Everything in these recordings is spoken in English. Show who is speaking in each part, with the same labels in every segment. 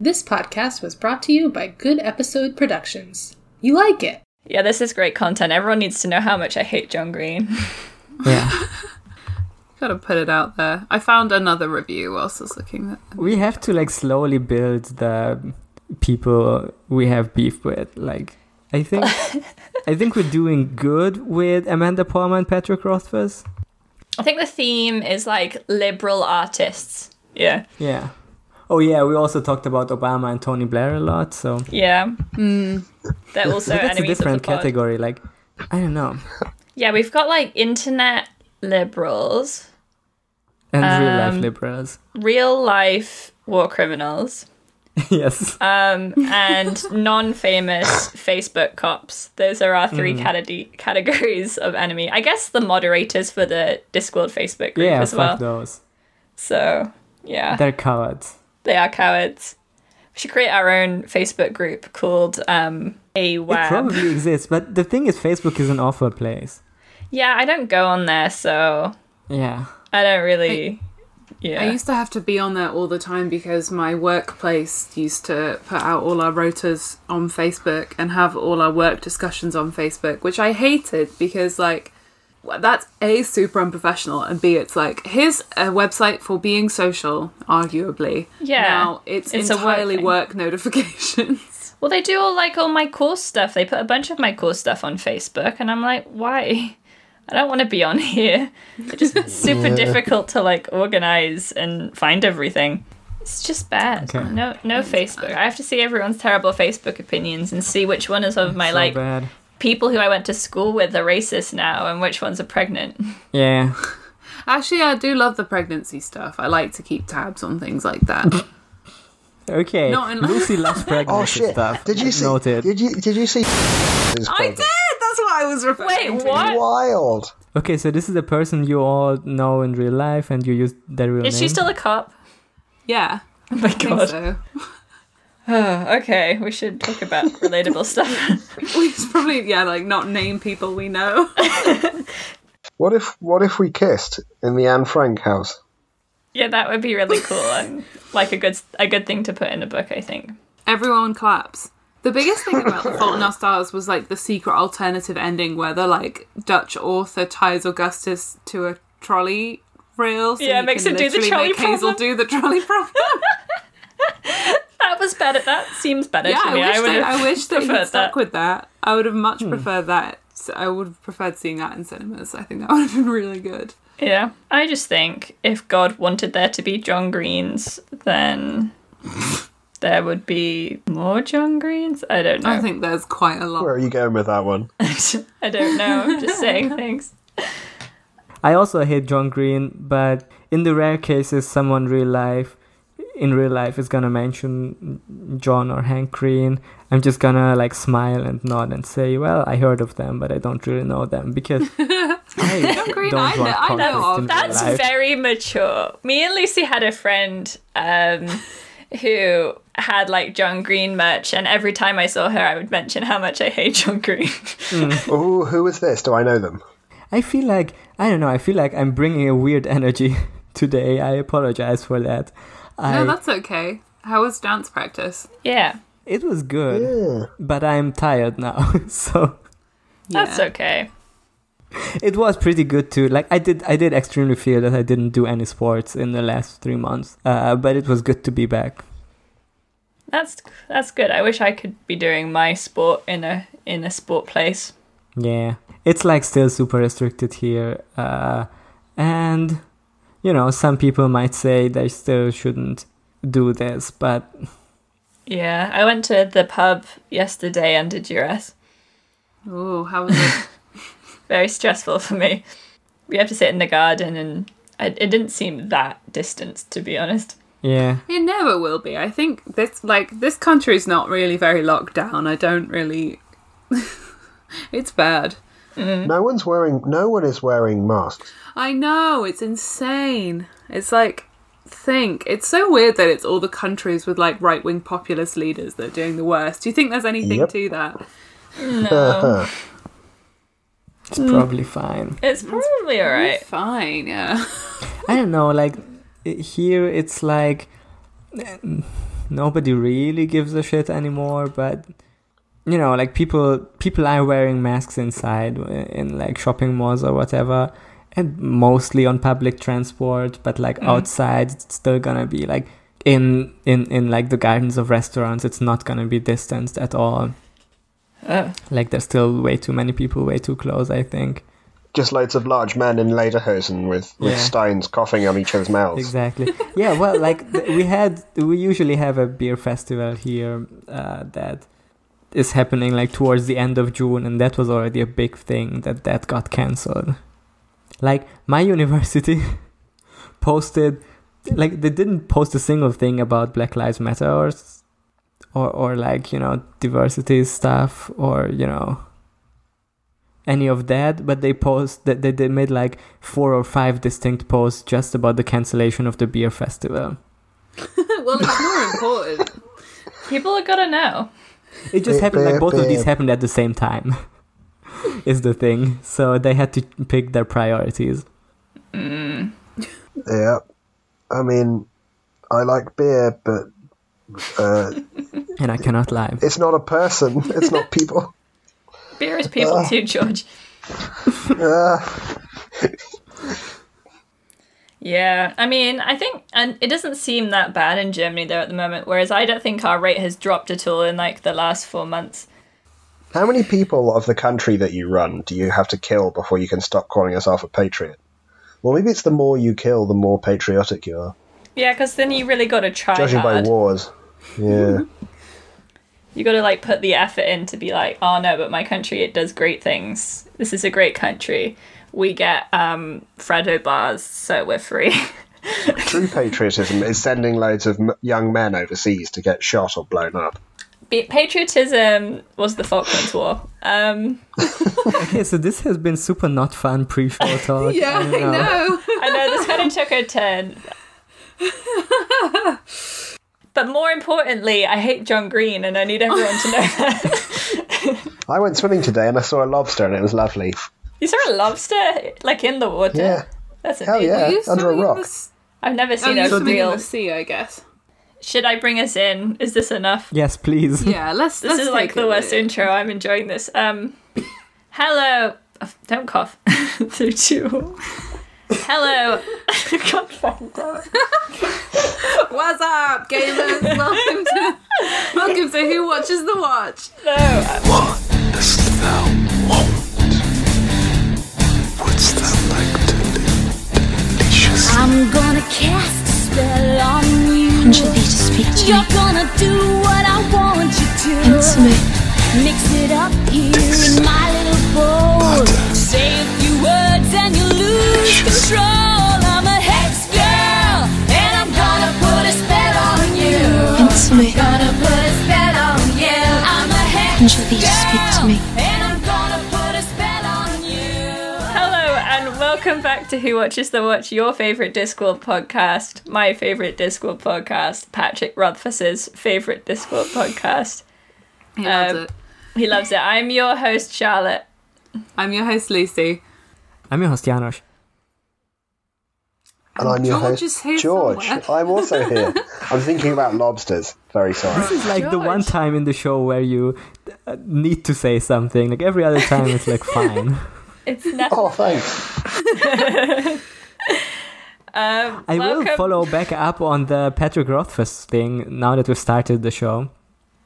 Speaker 1: This podcast was brought to you by Good Episode Productions. You like it?
Speaker 2: Yeah, this is great content. Everyone needs to know how much I hate John Green.
Speaker 3: Yeah.
Speaker 4: Gotta put it out there. I found another review whilst I was looking at
Speaker 3: we have to like slowly build the people we have beef with. Like I think I think we're doing good with Amanda Palmer and Patrick Rothfuss.
Speaker 2: I think the theme is like liberal artists. Yeah.
Speaker 3: Yeah. Oh yeah, we also talked about Obama and Tony Blair a lot, so
Speaker 2: Yeah. They're also
Speaker 3: but Hmm. that's a
Speaker 2: enemies
Speaker 3: different
Speaker 2: of the pod.
Speaker 3: category. Like I don't know.
Speaker 2: Yeah, we've got like internet liberals,
Speaker 3: And real
Speaker 2: Um,
Speaker 3: life liberals.
Speaker 2: real life war criminals,
Speaker 3: yes.
Speaker 2: um, and non famous Facebook cops. Those are our
Speaker 3: Hmm.
Speaker 2: three categ- categories of enemy. I guess the moderators for the Discord Facebook group
Speaker 3: yeah,
Speaker 2: as
Speaker 3: fuck
Speaker 2: well.
Speaker 3: those.
Speaker 2: So, yeah.
Speaker 3: They're cowards.
Speaker 2: They are cowards. We should create our own Facebook group called um, A
Speaker 3: It
Speaker 2: Web.
Speaker 3: probably exists, but the thing is, Facebook is an awful place.
Speaker 2: Yeah, I don't go on there, so
Speaker 3: Yeah.
Speaker 2: I don't really. yeah.
Speaker 4: I used to have to be on there all the time because my workplace used to put out all our rotas on Facebook and have all our work discussions on Facebook, which I hated because, like, well, that's A, super unprofessional, and B, it's like, here's a website for being social, arguably.
Speaker 2: Yeah,
Speaker 4: Now it's,
Speaker 2: it's a work
Speaker 4: entirely
Speaker 2: thing.
Speaker 4: work notifications.
Speaker 2: well, they do all like all my cool stuff. They put a bunch of my cool stuff on Facebook, and I'm like, why? I don't want to be on here. It's just super difficult to like organize and find everything. It's just bad.
Speaker 3: Okay.
Speaker 2: No, no Facebook. I have to see everyone's terrible Facebook opinions and see which one is of my
Speaker 3: so
Speaker 2: like
Speaker 3: bad.
Speaker 2: people who I went to school with are racist now and which ones are pregnant.
Speaker 3: Yeah.
Speaker 4: Actually, I do love the pregnancy stuff. I like to keep tabs on things like that.
Speaker 3: Okay.
Speaker 4: Not in-
Speaker 3: Lucy loves pregnancy
Speaker 5: Oh shit!
Speaker 3: stuff.
Speaker 5: Did you see?
Speaker 3: Noted.
Speaker 5: Did you did you see?
Speaker 4: I did! That's what I was referring
Speaker 2: Wait,
Speaker 4: to.
Speaker 2: what?
Speaker 5: Wild.
Speaker 3: Okay, so this is a person you all know in real life, and you use their real
Speaker 2: Is
Speaker 3: name.
Speaker 2: she still a cop?
Speaker 4: Yeah,
Speaker 2: Oh my
Speaker 4: I think
Speaker 2: god.
Speaker 4: so.
Speaker 2: okay, we should talk about relatable stuff.
Speaker 4: We should probably, yeah, like not name people we know.
Speaker 5: What if what if we kissed in the Anne Frank house?
Speaker 2: Yeah, that would be really cool and like a good a good thing to put in a book, I think.
Speaker 4: Everyone claps. The biggest thing about The Fault in Our Stars was like the secret alternative ending where the like Dutch author ties Augustus to a trolley rail. So
Speaker 2: Yeah,
Speaker 4: he
Speaker 2: makes
Speaker 4: can
Speaker 2: him do the
Speaker 4: literally
Speaker 2: trolley
Speaker 4: make Hazel
Speaker 2: problem.
Speaker 4: do the trolley problem.
Speaker 2: That was better. That seems better
Speaker 4: yeah,
Speaker 2: to
Speaker 4: I
Speaker 2: me.
Speaker 4: wish,
Speaker 2: would
Speaker 4: they,
Speaker 2: have
Speaker 4: I wish they
Speaker 2: preferred
Speaker 4: had stuck
Speaker 2: that. Hmm.
Speaker 4: with that. I would have much preferred that. So I would have preferred seeing that in cinemas. I think that would have been really good.
Speaker 2: Yeah. I just think if God wanted there to be John Greens, then there would be more John Greens. I don't know.
Speaker 4: I think there's quite a lot.
Speaker 5: Where are you going with that one?
Speaker 2: I don't know. I'm just saying things.
Speaker 3: I also hate John Green, but in the rare cases someone real life in real life is gonna mention John or Hank Green, I'm just gonna like smile and nod and say, "Well, I heard of them, but I don't really know them because I
Speaker 4: Green,
Speaker 3: don't
Speaker 4: I
Speaker 3: want
Speaker 4: know- I
Speaker 3: conflict
Speaker 4: know
Speaker 3: in
Speaker 4: of.
Speaker 3: real
Speaker 2: That's
Speaker 3: life.
Speaker 2: very mature. Me and Lucy had a friend um, who had like John Green merch, and every time I saw her, I would mention how much I hate John Green.
Speaker 5: Ooh, who is this? Do I know them?
Speaker 3: I feel like I don't know. I feel like I'm bringing a weird energy today. I apologize for that. I,
Speaker 4: No, that's okay. How was dance practice?
Speaker 2: yeah,
Speaker 3: it was good, but I'm tired now, so.
Speaker 2: that's okay.
Speaker 3: it was pretty good too. Like I did, I did extremely feel that I didn't do any sports in the last three months. Uh, but it was good to be back.
Speaker 2: That's that's good. I wish I could be doing my sport in a in a sport place.
Speaker 3: Yeah, it's like still super restricted here, uh, and you know, some people might say they still shouldn't do this, but
Speaker 2: Yeah, I went to the pub yesterday under duress.
Speaker 4: Oh, how was it?
Speaker 2: Very stressful for me. We have to sit in the garden, and I, it didn't seem that distant, to be honest.
Speaker 3: yeah,
Speaker 4: It never will be. I think this like this country's not really very locked down. I don't really It's bad. Mm.
Speaker 5: No one's wearing. No one is wearing masks.
Speaker 4: I know, it's insane. It's like think. It's so weird that it's all the countries with like right wing populist leaders that are doing the worst. Do you think there's anything
Speaker 5: Yep.
Speaker 4: to that?
Speaker 3: it's
Speaker 4: Mm.
Speaker 3: probably fine.
Speaker 2: It's probably all right.
Speaker 4: Fine, yeah.
Speaker 3: I don't know, like i- here it's like nobody really gives a shit anymore, but you know, like people people are wearing masks inside uh, in like shopping malls or whatever, and mostly on public transport, but like outside it's still gonna be like in in in like the gardens of restaurants it's not gonna be distanced at all.
Speaker 2: Oh.
Speaker 3: Like there's still way too many people way too close, I think.
Speaker 5: Just loads of large men in lederhosen with, with
Speaker 3: Yeah.
Speaker 5: steins coughing on each other's mouths.
Speaker 3: Exactly. Yeah. Well, like th- we had, we usually have a beer festival here uh, that is happening like towards the end of June, and that was already a big thing that that got cancelled. Like my university posted, like they didn't post a single thing about Black Lives Matter or, s- or or like you know diversity stuff or you know any of that, but they post that they, they made like four or five distinct posts just about the cancellation of the beer festival.
Speaker 4: well, it's more important.
Speaker 2: People are gonna know.
Speaker 3: It just
Speaker 5: Beep,
Speaker 3: happened like
Speaker 5: beep,
Speaker 3: both of these
Speaker 5: beep.
Speaker 3: happened at the same time. is the thing. So they had to pick their priorities.
Speaker 5: Yeah. I mean, I like beer, but uh,
Speaker 3: And I cannot lie.
Speaker 5: it's not a person. It's not people.
Speaker 2: Beer is people too, George.
Speaker 5: Uh,
Speaker 2: Yeah, I mean, I think, and it doesn't seem that bad in Germany though at the moment. Whereas I don't think our rate has dropped at all in like the last four months.
Speaker 5: how many people of the country that you run do you have to kill before you can stop calling yourself a patriot? Well, maybe it's the more you kill, the more patriotic you are.
Speaker 2: Yeah, because then you really got to try
Speaker 5: Judging by
Speaker 2: hard.
Speaker 5: wars. Yeah.
Speaker 2: You got to like put the effort in to be like, oh no, but my country it does great things. This is a great country. We get um Freddo bars, so we're free.
Speaker 5: True patriotism is sending loads of m- young men overseas to get shot or blown up.
Speaker 2: Be- Patriotism was the Falklands War. Um,
Speaker 3: Okay, so this has been super not fun pre-show talk.
Speaker 4: Yeah,
Speaker 3: don't
Speaker 4: I know.
Speaker 2: I know this kind of took a turn. But more importantly, I hate John Green, and I need everyone to know that.
Speaker 5: I went swimming today and I saw a lobster and it was lovely.
Speaker 2: You saw a lobster like in the water.
Speaker 5: Yeah.
Speaker 2: That's
Speaker 5: Hell
Speaker 2: amazing.
Speaker 5: yeah.
Speaker 4: You
Speaker 5: Under a
Speaker 4: swimming in
Speaker 5: rock.
Speaker 4: the s-
Speaker 2: I've never
Speaker 4: Oh,
Speaker 2: seen
Speaker 4: you
Speaker 2: a
Speaker 4: swimming in
Speaker 2: real.
Speaker 4: the sea, I guess.
Speaker 2: Should I bring us in? Is this enough?
Speaker 3: Yes, please.
Speaker 4: Yeah, let's.
Speaker 2: This is like the worst intro. I'm enjoying this. Um, hello. oh, Don't cough. Through two. Hello. God, fucking damn it.
Speaker 4: What's up, gamers? welcome to welcome to Who Watches the Watch.
Speaker 2: No. uh,
Speaker 6: What dost thou want? Wouldst thou like to live deliciously?
Speaker 7: I'm gonna cast a spell on you. You're gonna do what I want you to. Mix it up here in my little bowl. Say a few words and you lose control. I'm a hex girl, and I'm gonna put a spell on you. Gonna put a spell on you. I'm a hex girl, and I'm gonna put a spell on you.
Speaker 2: Hello and welcome back to Who Watches the Watch, your favorite Discworld podcast, my favorite Discworld podcast, Patrick Rothfuss's favorite Discworld podcast.
Speaker 4: He loves
Speaker 2: Um,
Speaker 4: it.
Speaker 2: He loves it. I'm your host, Charlotte.
Speaker 4: I'm your host, Lucy.
Speaker 3: I'm your host Janosch.
Speaker 5: And I'm your
Speaker 4: George
Speaker 5: host,
Speaker 4: is here
Speaker 5: George.
Speaker 4: somewhere.
Speaker 5: I'm also here. I'm thinking about lobsters. Very sorry.
Speaker 3: It's like the one
Speaker 2: George.
Speaker 3: time in the show where you uh, need to say something. Like every other time, it's like fine.
Speaker 2: It's not
Speaker 5: Oh, thanks.
Speaker 2: um,
Speaker 3: I will
Speaker 2: welcome-
Speaker 3: follow back up on the Patrick Rothfuss thing now that we've started the show.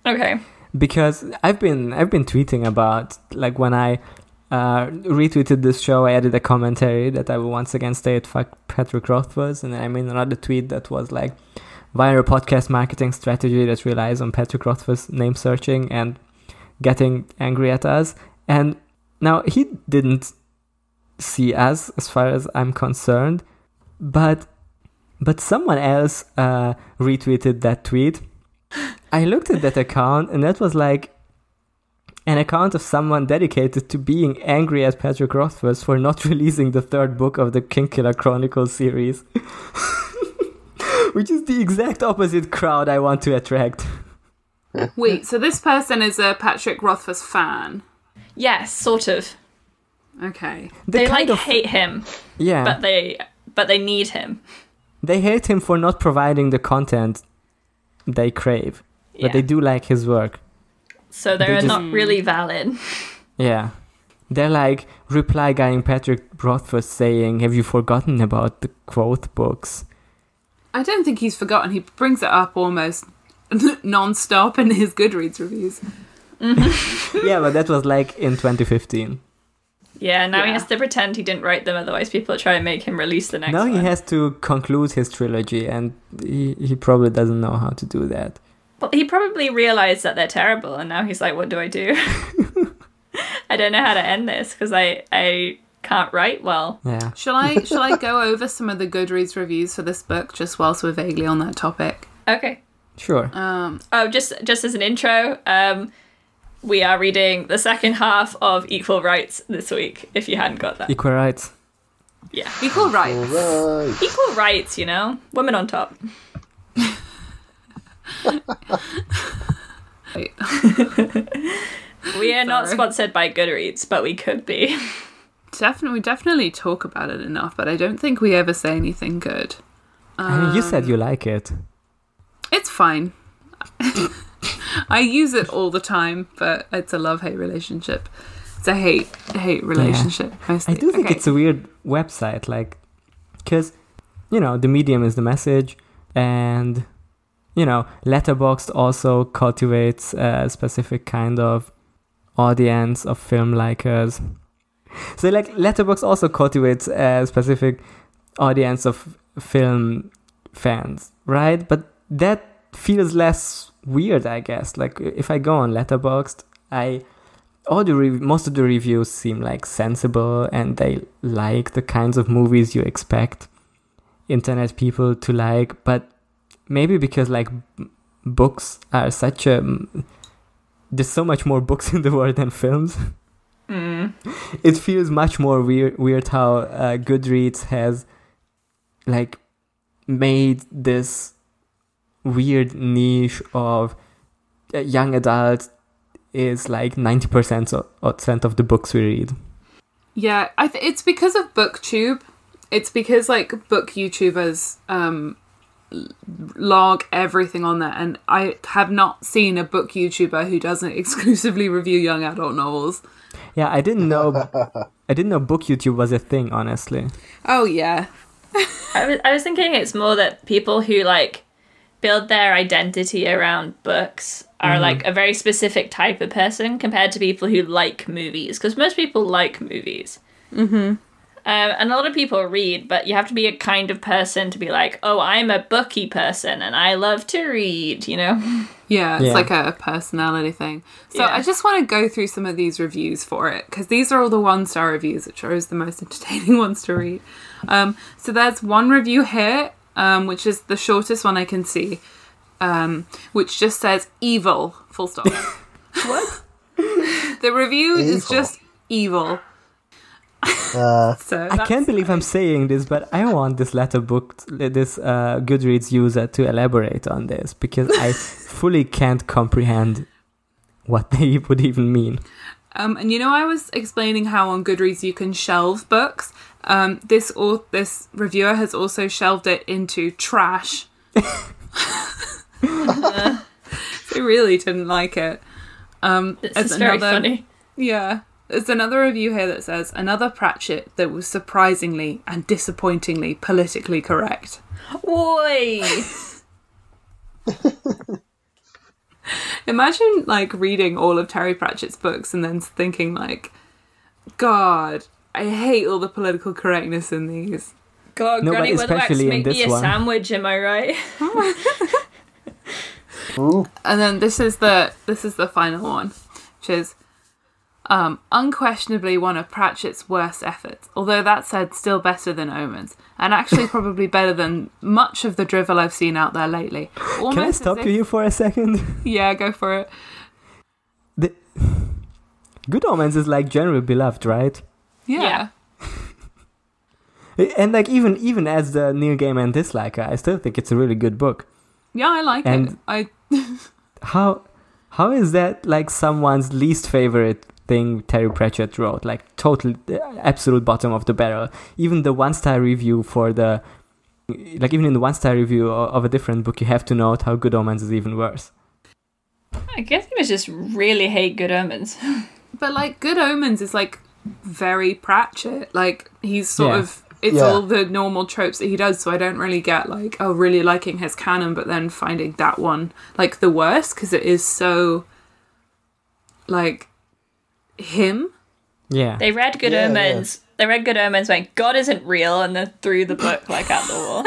Speaker 2: Okay.
Speaker 3: because I've been I've been tweeting about like when I uh, retweeted this show, I added a commentary that I will once again state fuck Patrick Rothfuss, and then I made another tweet that was like viral podcast marketing strategy that relies on Patrick Rothfuss name searching and getting angry at us. And now he didn't see us as far as I'm concerned, but but someone else uh, retweeted that tweet I looked at that account and that was like an account of someone dedicated to being angry at Patrick Rothfuss for not releasing the third book of the Kingkiller Chronicles series. Which is the exact opposite crowd I want to attract.
Speaker 4: Wait, so this person is a Patrick Rothfuss fan.
Speaker 2: Yes, sort of.
Speaker 4: Okay.
Speaker 3: The
Speaker 2: They
Speaker 3: kind
Speaker 2: like
Speaker 3: of
Speaker 2: hate him,
Speaker 3: yeah,
Speaker 2: but they but they need him.
Speaker 3: they hate him for not providing the content they crave.
Speaker 2: Yeah.
Speaker 3: But they do like his work.
Speaker 2: so
Speaker 3: they
Speaker 2: they're
Speaker 3: just-
Speaker 2: not really valid.
Speaker 3: Yeah. They're like reply guying Patrick Rothfuss saying, Have you forgotten about the quote books?
Speaker 4: I don't think he's forgotten. He brings it up almost non-stop in his Goodreads reviews.
Speaker 3: yeah, but that was like in 2015.
Speaker 2: Yeah, now he
Speaker 4: Yeah.
Speaker 2: has to pretend he didn't write them, otherwise people try and make him release the next
Speaker 3: now
Speaker 2: one.
Speaker 3: he has to conclude his trilogy, and he, he probably doesn't know how to do that.
Speaker 2: But he probably realized that they're terrible, and now he's like, "What do I do? I don't know how to end this because I I can't write well."
Speaker 3: Yeah.
Speaker 4: Shall I? shall I go over some of the Goodreads reviews for this book just whilst we're vaguely on that topic?
Speaker 2: Okay.
Speaker 3: Sure.
Speaker 4: Um,
Speaker 2: Oh, just just as an intro, um, we are reading the second half of Equal Rights this week. If you hadn't got that,
Speaker 3: Equal rights.
Speaker 2: yeah,
Speaker 4: equal rights.
Speaker 5: Right.
Speaker 2: equal rights, you know, women on top.
Speaker 4: Wait.
Speaker 2: We are not
Speaker 4: Sorry.
Speaker 2: sponsored by Goodreads, but we could be.
Speaker 4: Definitely, we definitely talk about it enough, but I don't think we ever say anything good.
Speaker 3: I mean, you said you like it.
Speaker 4: It's fine. I use it all the time, but it's a love-hate relationship. It's a hate hate relationship.
Speaker 3: I
Speaker 4: Mostly.
Speaker 3: do think
Speaker 4: Okay.
Speaker 3: it's a weird website, like, because, you know, the medium is the message, and, you know, Letterboxd also cultivates a specific kind of audience of film likers. So, like, Letterboxd also cultivates a specific audience of film fans, right? But that feels less weird, I guess. Like, if I go on Letterboxd, I all the re- most of the reviews seem like sensible and they like the kinds of movies you expect internet people to like but maybe because like b- books are such a there's so much more books in the world than films
Speaker 2: Mm.
Speaker 3: it feels much more weird weird how uh, goodreads has like made this weird niche of uh, young adult is like 90% of, percent of the books we read
Speaker 4: Yeah, I th- it's because of BookTube. It's because like book YouTubers um, l- log everything on there, and I have not seen a book YouTuber who doesn't exclusively review young adult novels.
Speaker 3: yeah i didn't know i didn't know book youtube was a thing honestly
Speaker 4: Oh yeah,
Speaker 2: I was I was thinking it's more that people who like build their identity around books are like a very specific type of person compared to people who like movies because most people like movies. Mm-hmm. Um, and a lot of people read, but you have to be a kind of person to be like, oh, I'm a booky person and I love to read. You know,
Speaker 4: yeah. It's
Speaker 3: Yeah.
Speaker 4: like a personality thing. So
Speaker 2: Yeah.
Speaker 4: I just want to go through some of these reviews for it because these are all the one star reviews, which are always the most entertaining ones to read. Um, so there's one review here, um, which is the shortest one I can see, um, which just says evil, full stop. what? the review is
Speaker 5: Evil.
Speaker 4: just evil.
Speaker 5: Uh,
Speaker 4: So
Speaker 3: i can't believe i'm saying this but i want this letter book this uh, goodreads user to elaborate on this because i fully can't comprehend what they would even mean
Speaker 4: Um, and you know, I was explaining how on Goodreads you can shelve books. Um, this or this reviewer has also shelved it into trash. they really didn't like it. Um,
Speaker 2: this
Speaker 4: as
Speaker 2: is very
Speaker 4: another-
Speaker 2: funny.
Speaker 4: Yeah. There's another review here that says another Pratchett that was surprisingly and disappointingly politically correct.
Speaker 2: Woi!
Speaker 4: Imagine like reading all of Terry Pratchett's books and then thinking like, God, I hate all the political correctness in these.
Speaker 2: God,
Speaker 3: No, but
Speaker 2: Granny Weatherwax
Speaker 3: especially in
Speaker 2: made me
Speaker 3: this
Speaker 2: a
Speaker 3: one.
Speaker 2: sandwich. Am I right?
Speaker 4: and then this is the this is the final one, which is um, unquestionably one of Pratchett's worst efforts. Although that said, still better than Omens, and actually probably better than much of the drivel I've seen out there lately. Almost
Speaker 3: can i
Speaker 4: as
Speaker 3: stop
Speaker 4: if-
Speaker 3: you here for a second
Speaker 4: Yeah, go for it.
Speaker 3: The Good Omens is like generally beloved, right?
Speaker 4: Yeah.
Speaker 2: Yeah.
Speaker 3: And like even even as the Neil Gaiman disliker, I still think it's a really good book.
Speaker 4: Yeah, I like it.
Speaker 3: And-
Speaker 4: I
Speaker 3: How how is that like someone's least favorite thing Terry Pratchett wrote? Like total the absolute bottom of the barrel. Even the one star review for the Like even in the one star review o- of a different book, you have to note how Good Omens is even worse.
Speaker 2: I guess it was just really hate Good Omens.
Speaker 4: But like Good Omens is like very Pratchett. Like he's sort
Speaker 3: Yeah.
Speaker 4: of it's
Speaker 5: Yeah.
Speaker 4: all the normal tropes that he does, so I don't really get like oh really liking his canon, but then finding that one like the worst because it is so like him.
Speaker 3: Yeah,
Speaker 2: They read Good
Speaker 5: Yeah,
Speaker 2: Omens. They read Good Omens, went, God isn't real, and then threw the book like at the wall.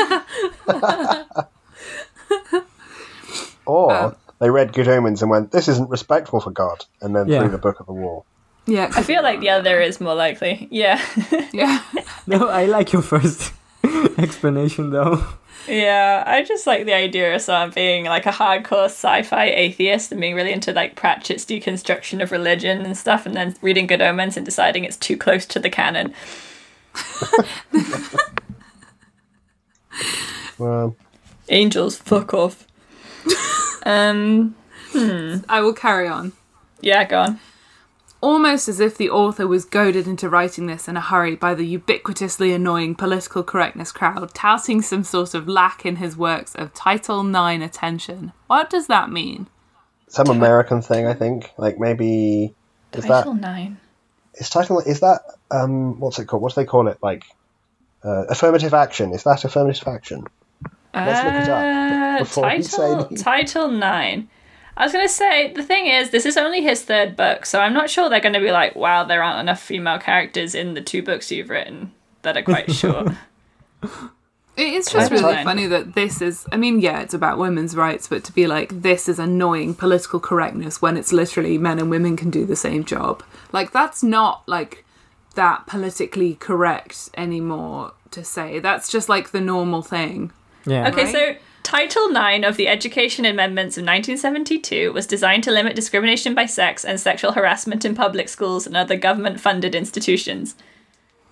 Speaker 5: Or
Speaker 2: Um,
Speaker 5: they read Good Omens and went, "This isn't respectful for God," and then
Speaker 3: Yeah.
Speaker 5: threw the book at the wall.
Speaker 4: Yeah,
Speaker 2: I feel like the other is more likely. Yeah.
Speaker 4: yeah.
Speaker 3: no, I like your first explanation though.
Speaker 2: Yeah, I just like the idea of someone being like a hardcore sci-fi atheist and being really into like Pratchett's deconstruction of religion and stuff, and then reading Good Omens and deciding it's too close to the canon.
Speaker 5: Well,
Speaker 2: Angels, fuck off. um,
Speaker 4: I will carry on.
Speaker 2: yeah, go on.
Speaker 4: almost as if the author was goaded into writing this in a hurry by the ubiquitously annoying political correctness crowd touting some sort of lack in his works of Title IX attention. What does that mean?
Speaker 5: some American thing, I think. Like maybe is that
Speaker 2: Title nine.
Speaker 5: is title is that um what's it called? What do they call it? Like uh, affirmative action. Is that affirmative action? Let's look it up
Speaker 2: Uh,
Speaker 5: before we say
Speaker 2: title
Speaker 5: anything.
Speaker 2: title nine. I was gonna say the thing is this is only his third book, so I'm not sure they're gonna be like, wow, there aren't enough female characters in the two books you've written that are quite short.
Speaker 4: It is just
Speaker 2: Title
Speaker 4: really
Speaker 2: IX.
Speaker 4: funny that this is, I mean, yeah, it's about women's rights, but to be like, this is annoying political correctness when it's literally men and women can do the same job. Like, that's not like that politically correct anymore to say. That's just like the normal thing.
Speaker 3: Yeah.
Speaker 2: Okay,
Speaker 4: Right?
Speaker 2: so Title IX of the Education Amendments of 1972 was designed to limit discrimination by sex and sexual harassment in public schools and other government funded institutions.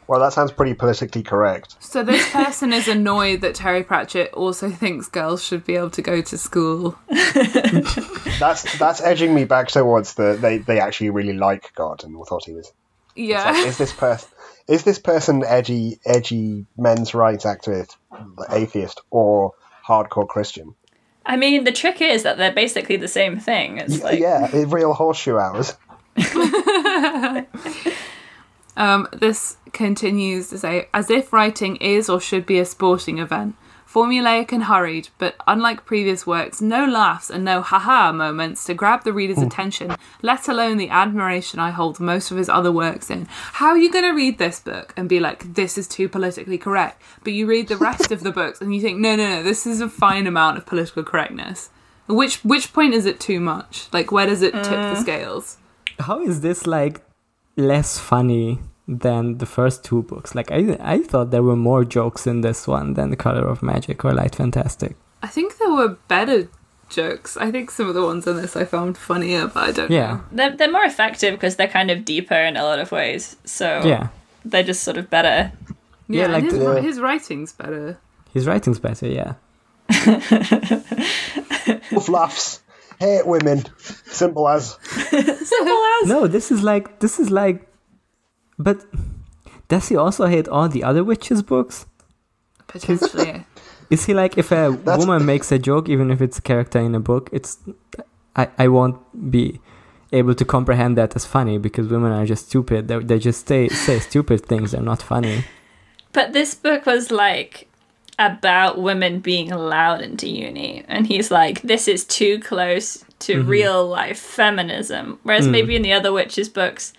Speaker 5: Well, that sounds pretty politically correct.
Speaker 4: So this person is annoyed that Terry Pratchett also thinks girls should be able to go to school.
Speaker 5: That's that's edging me back towards the they they actually really like God and thought he was.
Speaker 4: Yeah.
Speaker 5: Like, is this person is this person edgy edgy men's rights activist atheist or hardcore Christian?
Speaker 2: I mean, the trick is that they're basically the same thing. It's like,
Speaker 5: yeah, real horseshoe hours.
Speaker 4: Um, this continues to say, as if writing is or should be a sporting event. Formulaic and hurried, but unlike previous works, no laughs and no haha moments to grab the reader's attention, let alone the admiration I hold most of his other works in. How are you going to read this book and be like, this is too politically correct? But you read the rest of the books and you think, no, no, no, this is a fine amount of political correctness. Which which point is it too much? Like, where does it tip the scales?
Speaker 3: How is this like less funny than the first two books? Like I I thought there were more jokes in this one than The Color of Magic or Light Fantastic.
Speaker 4: I think there were better jokes. I think some of the ones on this I found funnier, but I don't
Speaker 3: Yeah.
Speaker 2: they're, they're more effective because they're kind of deeper in a lot of ways. So
Speaker 3: Yeah.
Speaker 2: they're just sort of better.
Speaker 4: know. Yeah,
Speaker 3: Yeah, like
Speaker 4: and his,
Speaker 3: the-
Speaker 4: his writing's better.
Speaker 3: His writing's better, yeah.
Speaker 5: Wolf laughs. Hate women. Simple as.
Speaker 3: No, this is like this is like but does he also hate all the other witches books?
Speaker 4: Potentially,
Speaker 3: Is he like if a woman makes a joke, even if it's a character in a book, it's I, I won't be able to comprehend that as funny because women are just stupid. They, they just say say stupid things. They're not funny.
Speaker 2: But this book was like about women being allowed into uni, and he's like, this is too close to
Speaker 5: Mm-hmm.
Speaker 2: real life feminism.
Speaker 5: Mm.
Speaker 2: Whereas maybe in the other witches books,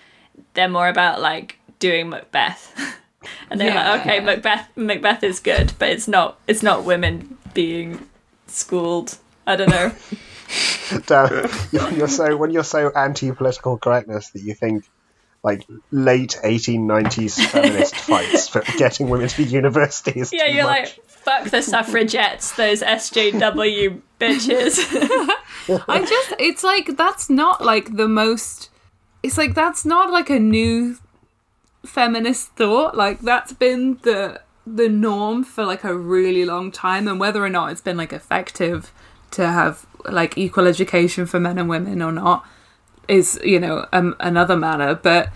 Speaker 2: they're more about like doing Macbeth, and they're
Speaker 4: Yeah.
Speaker 2: like, okay, Macbeth, Macbeth is good, but it's not, it's not women being schooled. I don't know.
Speaker 5: Dan, you're so when you're so anti-political correctness that you think like late 1890s feminist fights for getting women to university is
Speaker 2: yeah,
Speaker 5: too
Speaker 2: you're
Speaker 5: much.
Speaker 2: like, fuck the suffragettes, those SJW bitches.
Speaker 4: I just it's like that's not like the most. It's like that's not like a new feminist thought. Like that's been the the norm for like a really long time, and whether or not it's been like effective to have like equal education for men and women or not is you know um, another matter. But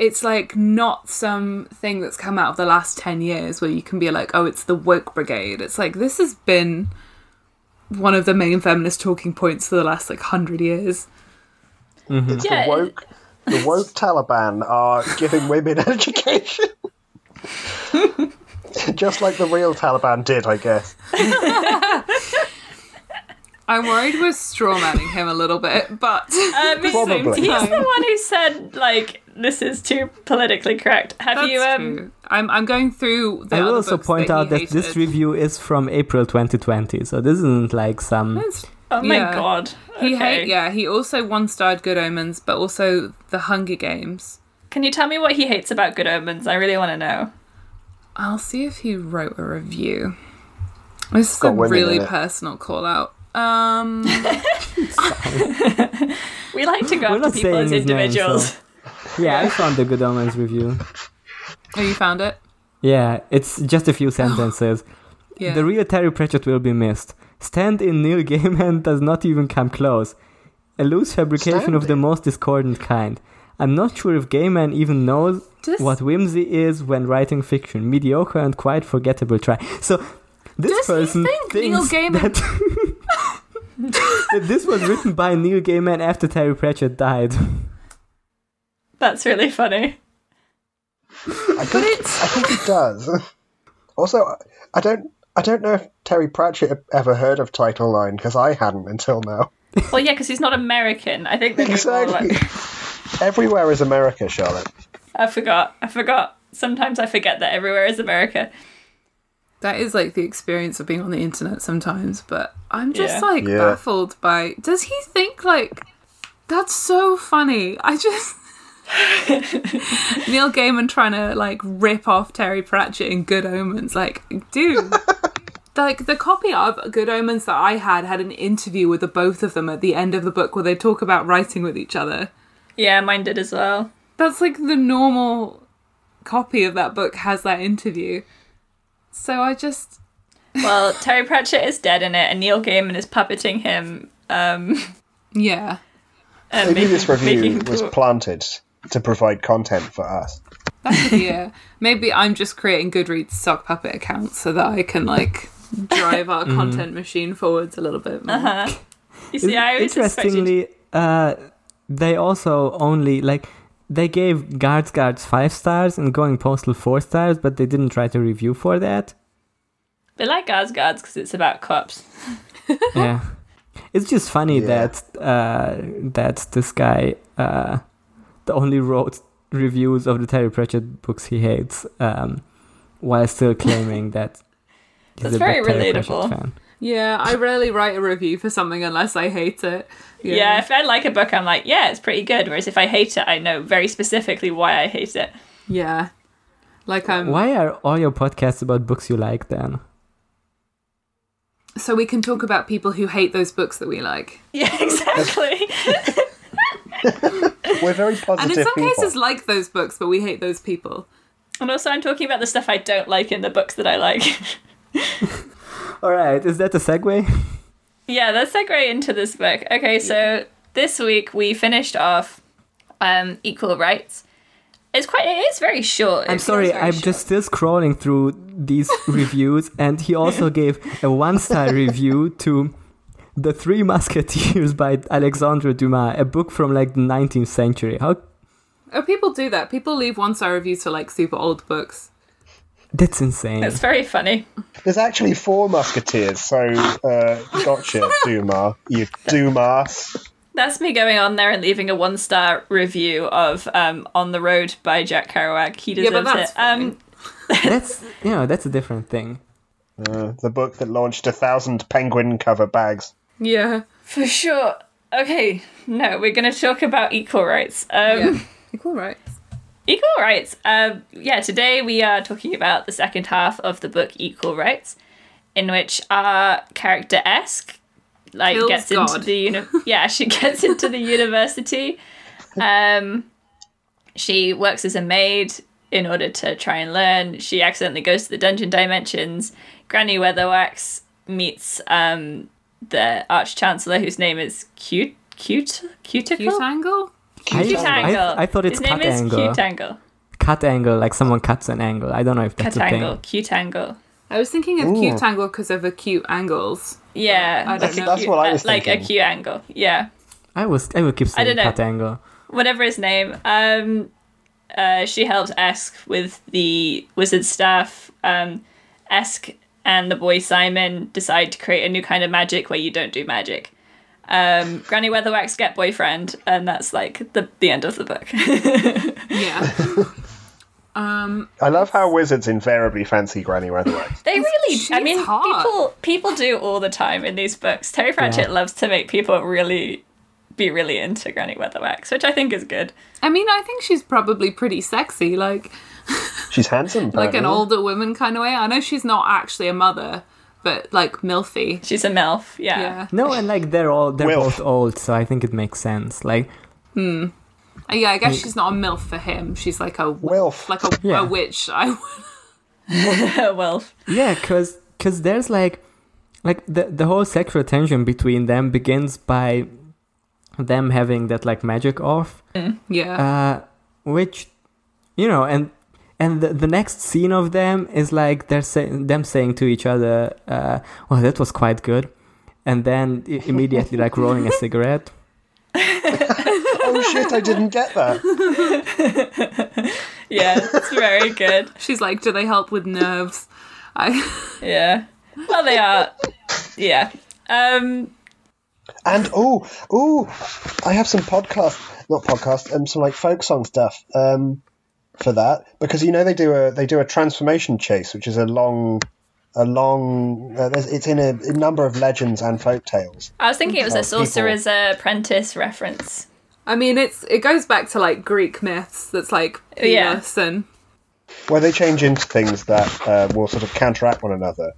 Speaker 4: it's like not something that's come out of the last 10 years where you can be like, oh, it's the woke brigade. It's like this has been one of the main feminist talking points for the last like 100 years.
Speaker 5: It's
Speaker 2: Yeah,
Speaker 5: the woke. The woke Taliban are giving women education, just like the real Taliban did, I guess.
Speaker 4: I'm worried we're strawmanning him a little bit, but
Speaker 2: Um, he's
Speaker 5: Probably.
Speaker 2: the one who said like this is too politically correct. Have
Speaker 4: that's
Speaker 2: you um?
Speaker 4: true. I'm, I'm going through the
Speaker 3: I will
Speaker 4: other
Speaker 3: also
Speaker 4: books
Speaker 3: point
Speaker 4: that he
Speaker 3: out that this
Speaker 4: hated.
Speaker 3: review is from April 2020, so this isn't like some.
Speaker 4: It's-
Speaker 2: Oh my
Speaker 4: yeah.
Speaker 2: god.
Speaker 4: He
Speaker 2: okay.
Speaker 4: hate, yeah. He also one starred Good Omens, but also The Hunger Games.
Speaker 2: Can you tell me what he hates about Good Omens? I really want to know.
Speaker 4: I'll see if he wrote a review. This is
Speaker 5: Got
Speaker 4: a
Speaker 5: women
Speaker 4: really
Speaker 5: in it.
Speaker 4: personal call out. Um,
Speaker 2: We like to go after
Speaker 3: We're not
Speaker 2: people
Speaker 3: saying
Speaker 2: as
Speaker 3: his name,
Speaker 2: individuals.
Speaker 3: so- Yeah, I found the Good Omens review.
Speaker 4: oh, you found it?
Speaker 3: Yeah, it's just a few sentences.
Speaker 4: Yeah.
Speaker 3: The real Terry Pratchett will be missed. Stand in Neil Gaiman does not even come close. A loose fabrication of the
Speaker 5: Stand-in?
Speaker 3: most discordant kind. I'm not sure if Gaiman even knows
Speaker 4: Does-
Speaker 3: what whimsy is when writing fiction. Mediocre and quite forgettable try. So this
Speaker 4: Does he
Speaker 3: person
Speaker 4: think Neil
Speaker 3: thinks
Speaker 4: Gaiman-
Speaker 3: that, that this was written by Neil Gaiman after Terry Pratchett died.
Speaker 2: That's really funny.
Speaker 5: I think, I think he does. Also, I don't. I don't know if Terry Pratchett ever heard of Title Line because I hadn't until now.
Speaker 2: Well, yeah, because he's not American. I think they'd be more
Speaker 5: Exactly.
Speaker 2: like-
Speaker 5: Everywhere is America, Charlotte.
Speaker 2: I forgot. I forgot. Sometimes I forget that everywhere is America.
Speaker 4: that is like the experience of being on the internet sometimes, but I'm just
Speaker 2: Yeah.
Speaker 4: like
Speaker 5: Yeah.
Speaker 4: baffled by. Does he think like that's so funny? I just Neil Gaiman trying to like rip off Terry Pratchett in Good Omens, like dude. Like the copy of Good Omens that I had had an interview with the both of them at the end of the book where they talk about writing with each other.
Speaker 2: Yeah, mine did as well.
Speaker 4: That's like the normal copy of that book has that interview. So I just
Speaker 2: Well, Terry Pratchett is dead in it, and Neil Gaiman is puppeting him. Um,
Speaker 4: yeah.
Speaker 2: and
Speaker 5: Maybe
Speaker 2: making-
Speaker 5: this review
Speaker 2: making
Speaker 5: was
Speaker 2: cool-
Speaker 5: planted to provide content for us.
Speaker 4: yeah. Maybe I'm just creating Goodreads sock puppet accounts so that I can like drive our content machine forwards a little bit more.
Speaker 2: You see, I always expected.
Speaker 3: Interestingly, uh, they also only like they gave Guards Guards five stars and Going Postal four stars, but they didn't write a review for that.
Speaker 2: They like Asgards because it's about cops.
Speaker 3: yeah, it's just funny
Speaker 5: Yeah.
Speaker 3: that uh, that this guy uh, the only wrote reviews of the Terry Pratchett books he hates, um, while still claiming that. he's
Speaker 2: That's
Speaker 3: a big
Speaker 2: very
Speaker 3: Terry Pratchett
Speaker 2: relatable.
Speaker 3: fan.
Speaker 4: Yeah, I rarely write a review for something unless I hate it.
Speaker 2: Yeah. if I like a book, I'm like, yeah, it's pretty good. Whereas if I hate it, I know very specifically why I hate it.
Speaker 4: Yeah. Like um, I'm
Speaker 3: Why are all your podcasts about books you like then?
Speaker 4: so we can talk about people who hate those books that we like.
Speaker 2: Yeah, exactly.
Speaker 5: We're very
Speaker 4: And
Speaker 5: positive
Speaker 4: in some
Speaker 5: people.
Speaker 4: cases like those books, but we hate those people.
Speaker 2: and also, I'm talking about the stuff I don't like in the books that I like.
Speaker 3: All right, is that a segue?
Speaker 2: Yeah, let's segue into this book. Okay, so this week we finished off um, Equal Rights. It's quite. It is very short. It
Speaker 3: I'm
Speaker 2: feels
Speaker 3: sorry,
Speaker 2: very
Speaker 3: I'm
Speaker 2: short.
Speaker 3: just still scrolling through these reviews, and he also gave a one star review to The Three Musketeers by Alexandre Dumas, a book from like the 19th century. How
Speaker 4: Oh, people do that. People leave one star reviews for like super old books.
Speaker 3: that's insane.
Speaker 2: It's very funny.
Speaker 5: There's actually four musketeers, so uh, gotcha, Duma. You Dumas.
Speaker 2: That's me going on there and leaving a one star review of um, On the Road by Jack Kerouac. He
Speaker 4: Yeah,
Speaker 2: deserves
Speaker 4: but that's
Speaker 2: it. Um,
Speaker 3: That's you know, that's a different thing.
Speaker 5: Uh, the book that launched a thousand penguin cover bags.
Speaker 4: Yeah.
Speaker 2: for sure. Okay, no, we're going to talk about equal rights. Um,
Speaker 4: Yeah. Equal rights.
Speaker 2: Equal Rights. Um, yeah, today we are talking about the second half of the book Equal Rights, in which our character Esk like
Speaker 4: Kills
Speaker 2: gets
Speaker 4: God.
Speaker 2: into the uni- yeah she gets into the university. Um, she works as a maid in order to try and learn. She accidentally goes to the dungeon dimensions. Granny Weatherwax meets um, the Arch Chancellor, whose name is Cute Cute Cuticle
Speaker 4: Cute angle?
Speaker 5: Cute
Speaker 2: Cute
Speaker 5: angle.
Speaker 2: angle.
Speaker 3: I thought it's
Speaker 2: His name
Speaker 3: cut
Speaker 2: is
Speaker 3: angle.
Speaker 2: Cute angle.
Speaker 3: Cut angle, like someone cuts an angle. I don't know if that's
Speaker 2: Cut
Speaker 3: a
Speaker 2: angle.
Speaker 3: thing.
Speaker 2: Cute angle.
Speaker 4: I was thinking of cute angle because of acute angles.
Speaker 2: Yeah,
Speaker 4: I don't
Speaker 2: like a
Speaker 4: know.
Speaker 5: That's
Speaker 2: cute,
Speaker 5: what I was
Speaker 2: like a
Speaker 5: thinking.
Speaker 2: cute angle. Yeah,
Speaker 3: I was I will keep
Speaker 2: I
Speaker 3: saying
Speaker 2: don't know.
Speaker 3: cut angle.
Speaker 2: whatever his name. Um, uh, she helps Esk with the wizard staff. Um, Esk and the boy Simon decide to create a new kind of magic where you don't do magic. Um, Granny Weatherwax get boyfriend, and that's like the the end of the book.
Speaker 4: Yeah. um,
Speaker 5: I love how wizards invariably fancy Granny Weatherwax.
Speaker 2: They really. I
Speaker 4: she's
Speaker 2: mean,
Speaker 4: hot.
Speaker 2: people people do all the time in these books. Terry Pratchett loves to make people really be really into Granny Weatherwax, which I think is good.
Speaker 4: I mean, I think she's probably pretty sexy, like
Speaker 5: She's handsome,
Speaker 4: like an
Speaker 5: apparently.
Speaker 4: older woman kind of way. I know she's not actually a mother, but like milfy.
Speaker 2: She's a milf. Yeah.
Speaker 4: Yeah.
Speaker 3: No, and like they're all they're
Speaker 5: Wilf.
Speaker 3: both old, so I think it makes sense. Like
Speaker 4: Uh, Yeah, I guess she's not a milf for him. She's like a wi-
Speaker 5: Wilf.
Speaker 4: like a,
Speaker 3: Yeah.
Speaker 4: a witch. I
Speaker 2: A wilf.
Speaker 3: yeah, cause 'cause there's like like the the whole sexual tension between them begins by them having that like magic off
Speaker 4: yeah.
Speaker 3: Uh, which you know and and the, the next scene of them is like they're saying them saying to each other uh, well that was quite good and then i- immediately like rolling a cigarette
Speaker 5: Oh shit, I didn't get that.
Speaker 2: Yeah, it's very good.
Speaker 4: she's like, do they help with nerves? I
Speaker 2: Yeah. Well, they are. Yeah. Um.
Speaker 5: And oh, oh, I have some podcast, not podcast, um, some like folk song stuff um, for that because you know they do a they do a transformation chase, which is a long, a long. Uh, there's- it's in a, a number of legends and folk tales.
Speaker 2: I was thinking it was
Speaker 5: Oh,
Speaker 2: a
Speaker 5: people.
Speaker 2: sorcerer's uh, apprentice reference.
Speaker 4: I mean, it's it goes back to like Greek myths. That's like
Speaker 2: Yeah.
Speaker 4: Venus and
Speaker 5: where they change into things that uh, will sort of counteract one another.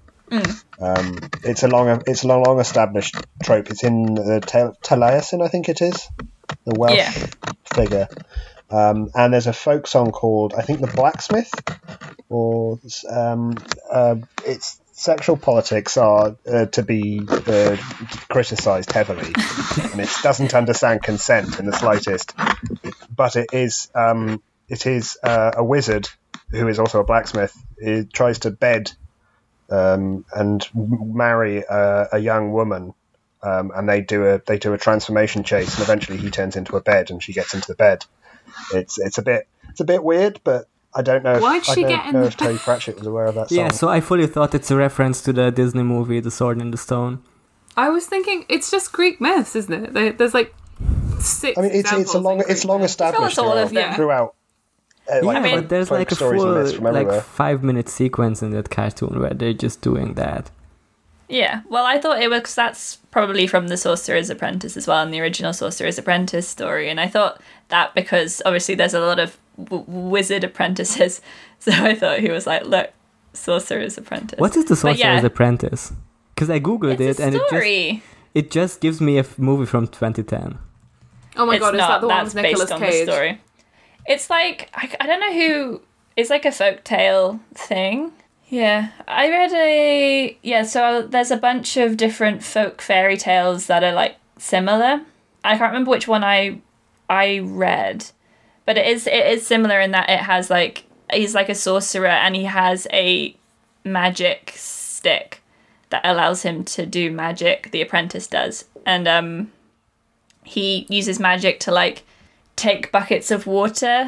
Speaker 5: Um, it's a long, it's a long, long established trope. It's in the Tal- Taliesin, I think it is, the Welsh
Speaker 2: Yeah.
Speaker 5: figure. Um, and there's a folk song called, I think, the Blacksmith, or um, uh, it's sexual politics are uh, to be uh, criticised heavily, and it doesn't understand consent in the slightest. But it is, um, it is uh, a wizard who is also a blacksmith, he tries to bed um, and m- marry uh, a, a young woman, um, and they do a they do a transformation chase, and eventually he turns into a bed, and she gets into the bed. It's it's a bit it's a bit weird, but I don't know. If,
Speaker 4: Why'd she
Speaker 5: I don't
Speaker 4: get in
Speaker 5: know
Speaker 4: the
Speaker 5: if Terry Pratchett was aware of that song.
Speaker 3: yeah so i fully thought it's a reference to the disney movie the sword in the stone
Speaker 4: I was thinking it's just Greek myths, isn't it? There- There's like six.
Speaker 5: I mean, it's it's a
Speaker 4: examples
Speaker 5: long
Speaker 4: in
Speaker 5: it's
Speaker 4: Greek
Speaker 5: long
Speaker 4: myths.
Speaker 5: established
Speaker 2: It's all
Speaker 5: throughout.
Speaker 2: of them.
Speaker 5: throughout uh,
Speaker 3: yeah
Speaker 5: like,
Speaker 3: but
Speaker 5: folk-
Speaker 3: there's
Speaker 5: folk
Speaker 3: like a
Speaker 5: stories and
Speaker 3: full
Speaker 5: myths from
Speaker 3: like
Speaker 5: everywhere.
Speaker 3: five minute sequence in that cartoon where they're just doing that
Speaker 2: Yeah. Well, I thought it was 'cause that's probably from the Sorcerer's Apprentice as well, in the original Sorcerer's Apprentice story. And I thought that because obviously there's a lot of w- wizard apprentices, so I thought he was like, look, Sorcerer's Apprentice.
Speaker 3: what is the
Speaker 2: But
Speaker 3: sorcerer's
Speaker 2: yeah,
Speaker 3: apprentice because i googled
Speaker 2: It's a
Speaker 3: it and it just,
Speaker 2: story.
Speaker 3: it just gives me a f- movie from 2010
Speaker 4: Oh my
Speaker 2: it's
Speaker 4: god, is
Speaker 2: not.
Speaker 4: that the one
Speaker 2: that's
Speaker 4: with Nicolas
Speaker 2: based on
Speaker 4: Cage?
Speaker 2: the story. It's like I, I don't know who. It's like a folktale thing. Yeah, I read a yeah. So there's a bunch of different folk fairy tales that are like similar. I can't remember which one I I read, but it is it is similar in that it has like he's like a sorcerer and he has a magic stick that allows him to do magic. The apprentice does, and um, he uses magic to like take buckets of water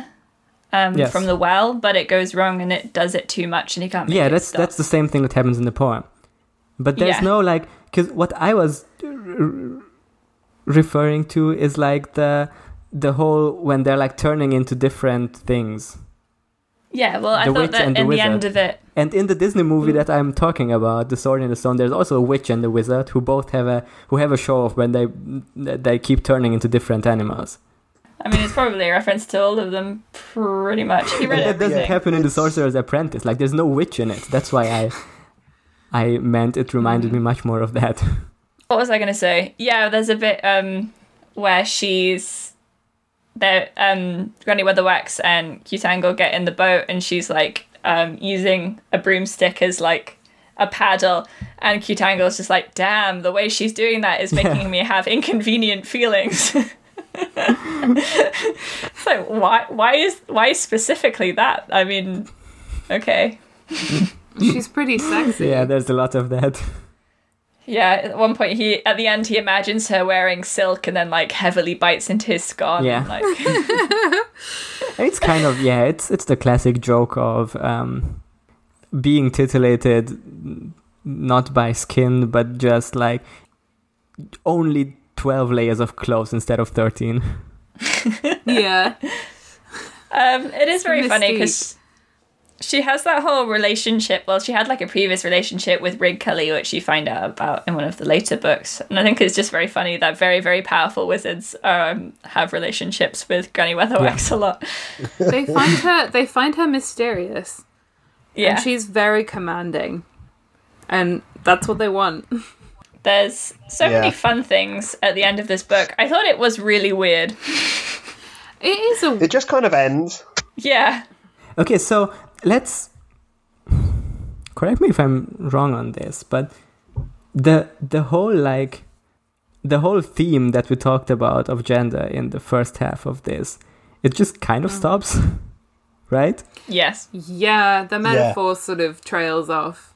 Speaker 2: um,
Speaker 3: Yes.
Speaker 2: from the well, but it goes wrong and it does it too much, and he can't. Make
Speaker 3: yeah
Speaker 2: it
Speaker 3: that's
Speaker 2: stop.
Speaker 3: that's the same thing that happens in the poem but there's
Speaker 2: Yeah.
Speaker 3: no like because what i was r- r- referring to is like the the whole when they're like turning into different things
Speaker 2: yeah. Well, I
Speaker 3: the
Speaker 2: thought
Speaker 3: witch
Speaker 2: that in
Speaker 3: and the
Speaker 2: the
Speaker 3: wizard.
Speaker 2: end of it,
Speaker 3: and in the disney movie
Speaker 2: Mm.
Speaker 3: that i'm talking about the sword and the stone there's also a witch and a wizard who both have a who have a show off when they they keep turning into different animals
Speaker 2: I mean, it's probably a reference to all of them, pretty much. He read
Speaker 3: that doesn't
Speaker 2: everything.
Speaker 3: happen in the sorcerer's apprentice like there's no witch in it that's why i i meant it reminded me much more of that
Speaker 2: what was I gonna say? Yeah, there's a bit um where she's there um Granny Weatherwax and Cutangle get in the boat and she's like um using a broomstick as like a paddle and Cutangle's just like, damn, the way she's doing that is making me have inconvenient feelings. So why why is why specifically that? I mean, okay.
Speaker 4: She's pretty sexy.
Speaker 3: Yeah, there's a lot of that.
Speaker 2: Yeah, at one point he at the end he imagines her wearing silk and then like heavily bites into his scarf.
Speaker 3: Yeah.
Speaker 2: And, like
Speaker 3: It's kind of yeah, it's it's the classic joke of um, being titillated n- not by skin but just like only twelve layers of clothes instead of thirteen.
Speaker 4: Yeah.
Speaker 2: um it is very
Speaker 4: the
Speaker 2: funny because she has that whole relationship well she had like a previous relationship with rig kelly which you find out about in one of the later books and i think it's just very funny that very very powerful wizards um, have relationships with granny weatherwax a lot
Speaker 4: They find her they find her mysterious.
Speaker 2: yeah
Speaker 4: And she's very commanding. And that's what they want.
Speaker 2: there's so many
Speaker 5: Yeah.
Speaker 2: fun things at the end of this book i thought it was really weird
Speaker 4: It is a
Speaker 5: It just kind of ends.
Speaker 2: yeah
Speaker 3: Okay, so let's correct me if I'm wrong on this, but the the whole like the whole theme that we talked about of gender in the first half of this, it just kind of
Speaker 4: Mm.
Speaker 3: stops, right?
Speaker 2: yes
Speaker 4: yeah, the metaphor sort of trails off.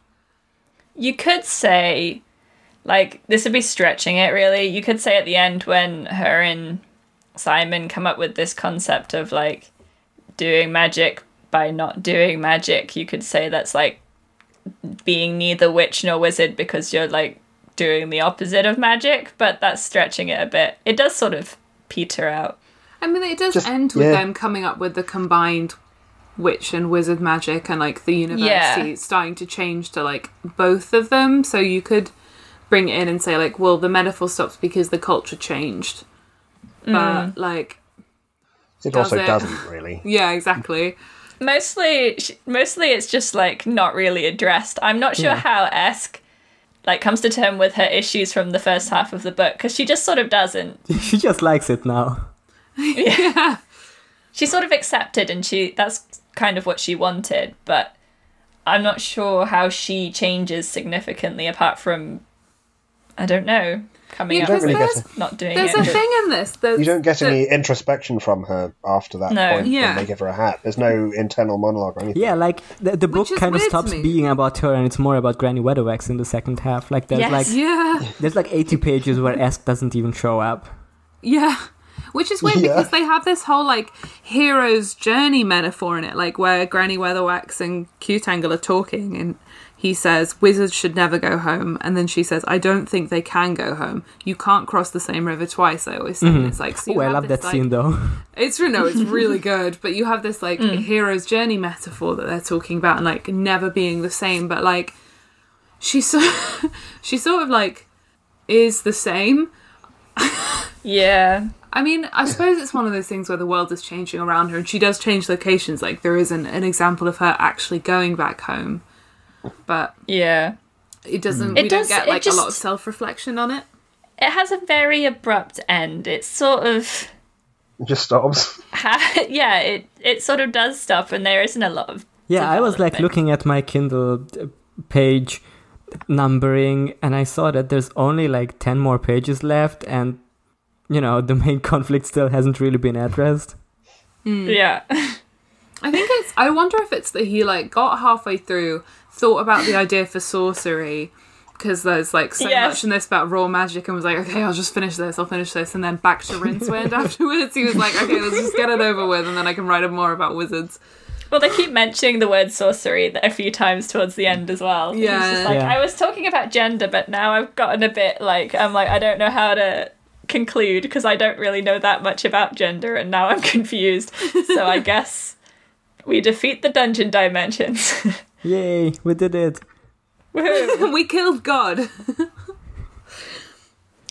Speaker 2: you could say like this would be stretching it really you could say at the end when her and simon come up with this concept of like doing magic by not doing magic you could say that's like being neither witch nor wizard because you're like doing the opposite of magic but that's stretching it a bit it does sort of peter out
Speaker 4: I mean it does
Speaker 5: Just-
Speaker 4: end with
Speaker 5: yeah.
Speaker 4: them coming up with the combined witch and wizard magic and like the university starting to change to like both of them. So you could bring it in and say like, well the metaphor stops because the culture changed.
Speaker 2: Mm.
Speaker 4: But like
Speaker 5: It
Speaker 4: Does
Speaker 5: also
Speaker 4: it?
Speaker 5: doesn't really.
Speaker 4: yeah, exactly.
Speaker 2: mostly sh- mostly it's just like not really addressed i'm not sure how esk like comes to term with her issues from the first half of the book because she just sort of doesn't
Speaker 3: she just likes it now.
Speaker 2: she sort of accepted and she that's kind of what she wanted but i'm not sure how she changes significantly apart from i don't know coming
Speaker 4: Yeah,
Speaker 2: up
Speaker 5: You don't really
Speaker 2: with
Speaker 5: get
Speaker 4: there's-
Speaker 5: a,
Speaker 2: not doing
Speaker 4: There's a
Speaker 2: it
Speaker 4: thing in this. There's,
Speaker 5: you don't get
Speaker 4: that-
Speaker 5: any introspection from her after that
Speaker 2: No.
Speaker 5: point
Speaker 4: Yeah.
Speaker 5: when they give her a hat. There's no internal monologue or anything.
Speaker 3: Yeah, like the, the book
Speaker 4: Which is
Speaker 3: kind of
Speaker 4: weird to
Speaker 3: stops
Speaker 4: me.
Speaker 3: being about her and it's more about Granny Weatherwax in the second half. Like there's
Speaker 2: Yes.
Speaker 3: like
Speaker 4: Yeah.
Speaker 3: there's like 80 pages where Esk doesn't even show up.
Speaker 4: Yeah. Which is weird
Speaker 5: Yeah.
Speaker 4: because they have this whole like hero's journey metaphor in it, like where Granny Weatherwax and Cutangle are talking and he says, Wizards should never go home and then she says, I don't think they can go home. You can't cross the same river twice, I always say. And it's like so
Speaker 3: Oh,
Speaker 4: you
Speaker 3: I
Speaker 4: have
Speaker 3: love
Speaker 4: this,
Speaker 3: that
Speaker 4: like-
Speaker 3: scene though.
Speaker 4: It's no, it's really good. But you have this like hero's journey metaphor that they're talking about and like never being the same, but like she so she sort of like is the same
Speaker 2: yeah
Speaker 4: I mean, I suppose it's one of those things where the world is changing around her and she does change locations. Like, there isn't an example of her actually going back home. But
Speaker 2: yeah
Speaker 4: it doesn't,
Speaker 2: It
Speaker 4: we
Speaker 2: does-
Speaker 4: don't get
Speaker 2: it
Speaker 4: like a lot of
Speaker 2: just-
Speaker 4: self reflection on it.
Speaker 2: it has a very abrupt end it's sort of
Speaker 5: It just stops.
Speaker 2: ha- yeah it it sort of does stuff and there isn't a lot of
Speaker 3: Yeah, I was like
Speaker 2: development.
Speaker 3: looking at my Kindle uh, page numbering and I saw that there's only like 10 more pages left and you know, the main conflict still hasn't really been addressed.
Speaker 2: yeah
Speaker 4: I think it's, I wonder if it's that he like got halfway through, thought about the idea for sorcery, because there's like so
Speaker 2: Yes.
Speaker 4: much in this about raw magic and was like, okay, I'll just finish this, I'll finish this, and then back to Rincewind afterwards. He was like, okay, let's just get it over with and then I can write more about wizards.
Speaker 2: Well, they keep mentioning the word sorcery a few times towards the end as well. It's
Speaker 4: Yeah.
Speaker 2: just like
Speaker 3: Yeah.
Speaker 2: I was talking about gender, but now I've gotten a bit like I'm like I don't know how to conclude because I don't really know that much about gender, and now I'm confused. so I guess we defeat the dungeon dimensions.
Speaker 3: Yay, we did it.
Speaker 2: Woohoo.
Speaker 4: we killed God.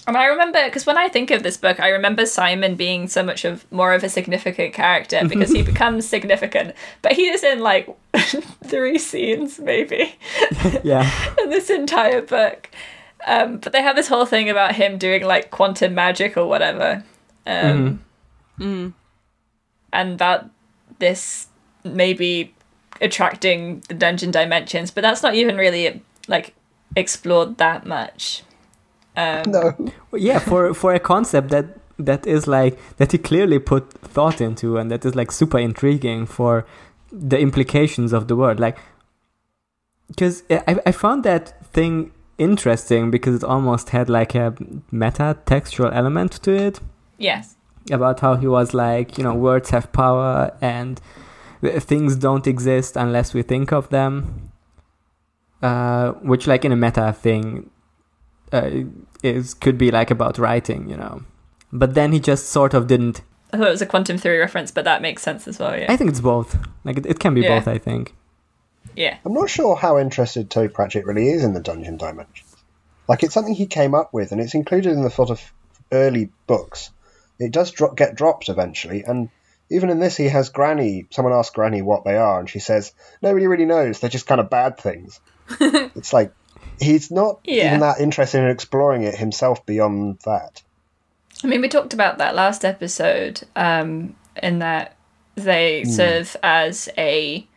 Speaker 2: And I remember because when I think of this book, I remember Simon being so much of more of a significant character because he becomes significant, but he is in like three scenes maybe.
Speaker 3: Yeah.
Speaker 2: in this entire book. Um, but they have this whole thing about him doing like quantum magic or whatever. Um, And about this maybe attracting the dungeon dimensions, but that's not even really like explored that much. Um,
Speaker 5: No.
Speaker 3: Well, Yeah, for for a concept that that is like that he clearly put thought into and that is like super intriguing for the implications of the word like because I, I found that thing interesting because it almost had like a meta textual element to it
Speaker 2: Yes.
Speaker 3: about how he was like, you know, words have power and th- things don't exist unless we think of them. Uh, which, like in a meta thing, uh, is could be like about writing, you know. But then he just sort of didn't.
Speaker 2: I thought it was a quantum theory reference, but that makes sense as well. Yeah.
Speaker 3: I think it's both. Like it, it can be
Speaker 2: Yeah.
Speaker 3: both. I think.
Speaker 2: yeah.
Speaker 5: I'm not sure how interested Terry Pratchett really is in the dungeon dimension. Like, it's something he came up with, and it's included in the sort of early books. It does dro- get dropped eventually, and even in this, he has Granny. Someone asks Granny what they are, and she says, "Nobody really knows. They're just kind of bad things." it's like he's not
Speaker 2: Yeah.
Speaker 5: even that interested in exploring it himself beyond that.
Speaker 2: I mean, we talked about that last episode, um, in that they
Speaker 5: Mm.
Speaker 2: serve as a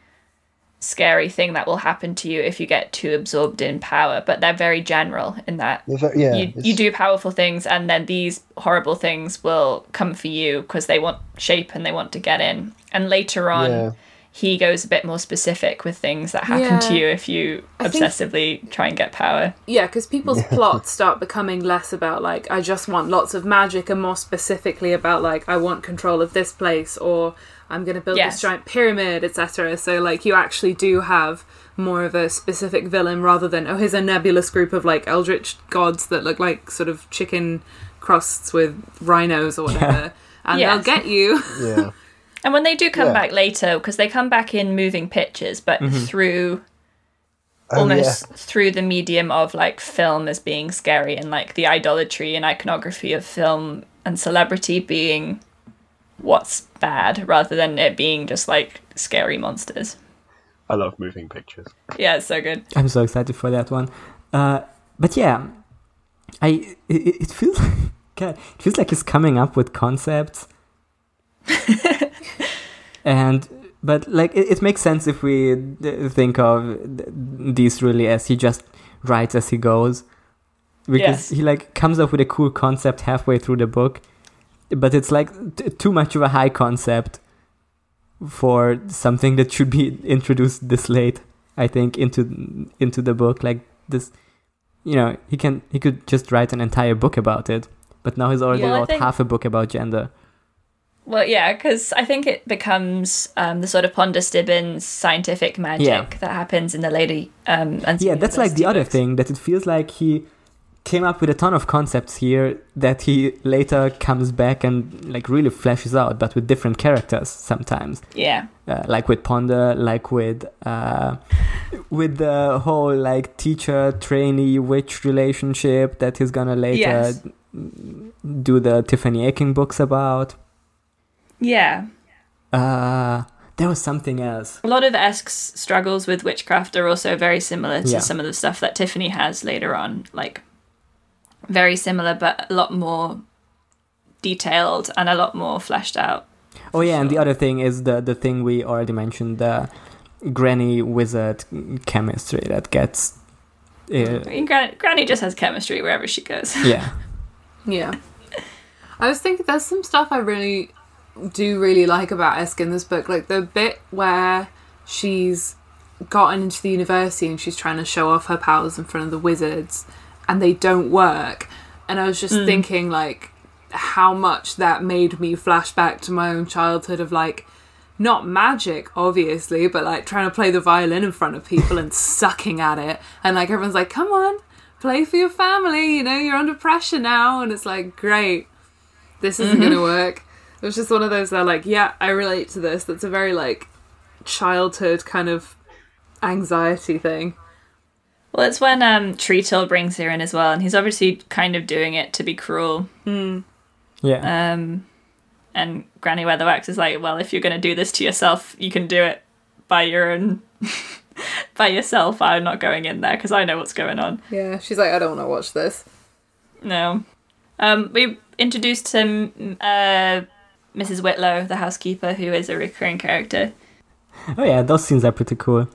Speaker 2: scary thing that will happen to you if you get too absorbed in power, but they're very general in that
Speaker 5: Is that- yeah,
Speaker 2: you,
Speaker 5: it's-
Speaker 2: you do powerful things and then these horrible things will come for you because they want shape and they want to get in and later on
Speaker 5: Yeah.
Speaker 2: he goes a bit more specific with things that happen to
Speaker 4: Yeah.
Speaker 2: you if you
Speaker 4: I think-
Speaker 2: obsessively try and get power
Speaker 4: Yeah, because people's plots start becoming less about like I just want lots of magic and more specifically about like I want control of this place or I'm going to build
Speaker 2: Yes.
Speaker 4: this giant pyramid, etc. So like you actually do have more of a specific villain rather than oh here's a nebulous group of like eldritch gods that look like sort of chicken crusts with rhinos or whatever. And
Speaker 2: Yes.
Speaker 4: they'll get you.
Speaker 5: yeah.
Speaker 2: and when they do come
Speaker 5: Yeah. Mm-hmm.
Speaker 2: back later because they come back in moving pictures but through
Speaker 5: Oh,
Speaker 2: almost through the medium of like film as being scary and like the idolatry and iconography of film and celebrity being what's bad rather than it being just like scary monsters.
Speaker 5: I love moving pictures.
Speaker 2: Yeah, it's so good.
Speaker 3: I'm so excited for that one. Uh, but yeah, I it, it feels God, it feels like he's coming up with concepts, and but like it, it makes sense if we uh, think of th- these really as he just writes as he goes,
Speaker 2: Yes.
Speaker 3: because he like comes up with a cool concept halfway through the book, but it's like t- too much of a high concept for something that should be introduced this late. I think into into the book like this. You know, he can he could just write an entire book about it, but now he's already
Speaker 2: Well, I
Speaker 3: wrote
Speaker 2: think-
Speaker 3: half a book about gender.
Speaker 2: Well, yeah, because I think it becomes um, the sort of Ponder Stibbins scientific magic
Speaker 3: Yeah.
Speaker 2: that happens in the lady. Um, and
Speaker 3: Yeah, that's like the other thing that it feels like he came up with a ton of concepts here that he later comes back and like really fleshes out, but with different characters sometimes.
Speaker 2: Yeah,
Speaker 3: uh, like with Ponder, like with uh, with the whole like teacher trainee witch relationship that he's gonna later
Speaker 2: Yes.
Speaker 3: do the Tiffany Akin books about.
Speaker 2: yeah.
Speaker 3: Uh, there was something else.
Speaker 2: A lot of Esk's struggles with witchcraft are also very similar to
Speaker 3: Yeah.
Speaker 2: some of the stuff that Tiffany has later on. Like, very similar, but a lot more detailed and a lot more fleshed out.
Speaker 3: Oh yeah, and the other thing is the the thing we already mentioned the granny wizard chemistry that gets. Uh,
Speaker 2: I mean, Gran- Granny just has chemistry wherever she goes.
Speaker 3: yeah,
Speaker 4: Yeah. I was thinking there's some stuff I really do really like about Esk in this book. Like the bit where she's gotten into the university and she's trying to show off her powers in front of the wizards and they don't work. And I was just thinking like how much that made me flash back to my own childhood of like not magic, obviously, but like trying to play the violin in front of people and sucking at it. And like everyone's like, come on, play for your family, you know, you're under pressure now. And it's like, great, this isn't going to work. It was just one of those that, like, yeah, I relate to this. That's a very like childhood kind of anxiety thing.
Speaker 2: Well, it's when um, Treetle brings her in as well, and he's obviously kind of doing it to be cruel.
Speaker 3: yeah.
Speaker 2: Um, and Granny Weatherwax is like, well, if you're going to do this to yourself, you can do it by your own. by yourself. I'm not going in there because I know what's going on.
Speaker 4: Yeah, she's like, I don't want to watch this.
Speaker 2: No. Um, we introduced him, uh, Mrs. Whitlow, the housekeeper, who is a recurring character.
Speaker 3: oh yeah, those scenes are pretty cool.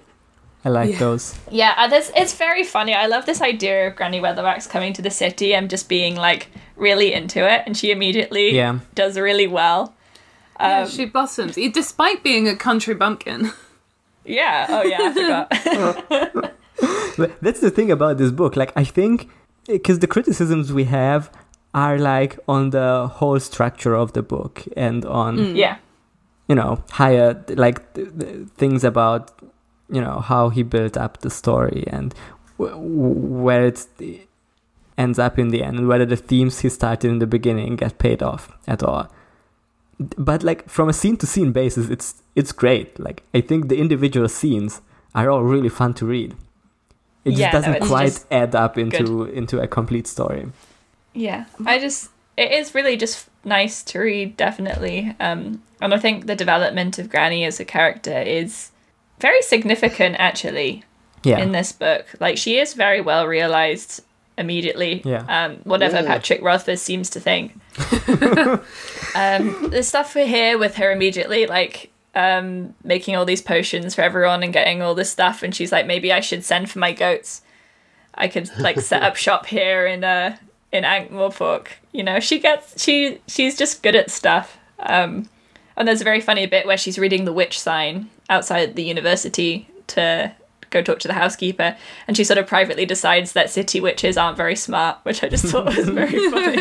Speaker 3: I like those.
Speaker 2: Yeah, uh, this it's very funny. I love this idea of Granny Weatherwax coming to the city and just being like really into it, and she immediately
Speaker 3: Yeah.
Speaker 2: does really well.
Speaker 4: Yeah, she blossoms, e- despite being a country bumpkin.
Speaker 2: Yeah. Oh yeah, I forgot.
Speaker 3: But that's the thing about this book. Like, I think because the criticisms we have are like on the whole structure of the book and on
Speaker 4: Mm.
Speaker 2: yeah.
Speaker 3: you know higher like th- th- things about you know how he built up the story and w- w- where it ends up in the end and whether the themes he started in the beginning get paid off at all but like from a scene to scene basis it's it's great like i think the individual scenes are all really fun to read it just
Speaker 2: Yeah, no,
Speaker 3: doesn't
Speaker 2: it's
Speaker 3: quite
Speaker 2: just
Speaker 3: add up into into a complete story
Speaker 2: Yeah, I just it is really just nice to read, definitely. Um, and I think the development of Granny as a character is very significant, actually,
Speaker 3: yeah
Speaker 2: in this book. Like she is very well realized immediately.
Speaker 3: Yeah.
Speaker 2: Um, whatever
Speaker 5: Yeah.
Speaker 2: Patrick Rothfuss seems to think. um, the stuff we hear with her immediately, like um, making all these potions for everyone and getting all this stuff, and she's like, maybe I should send for my goats. I could like set up shop here in uh in Ankh-Morpork. You know, she gets she she's just good at stuff. Um, and there's a very funny bit where she's reading the witch sign outside the university to go talk to the housekeeper, and she sort of privately decides that city witches aren't very smart, which I just thought was very funny.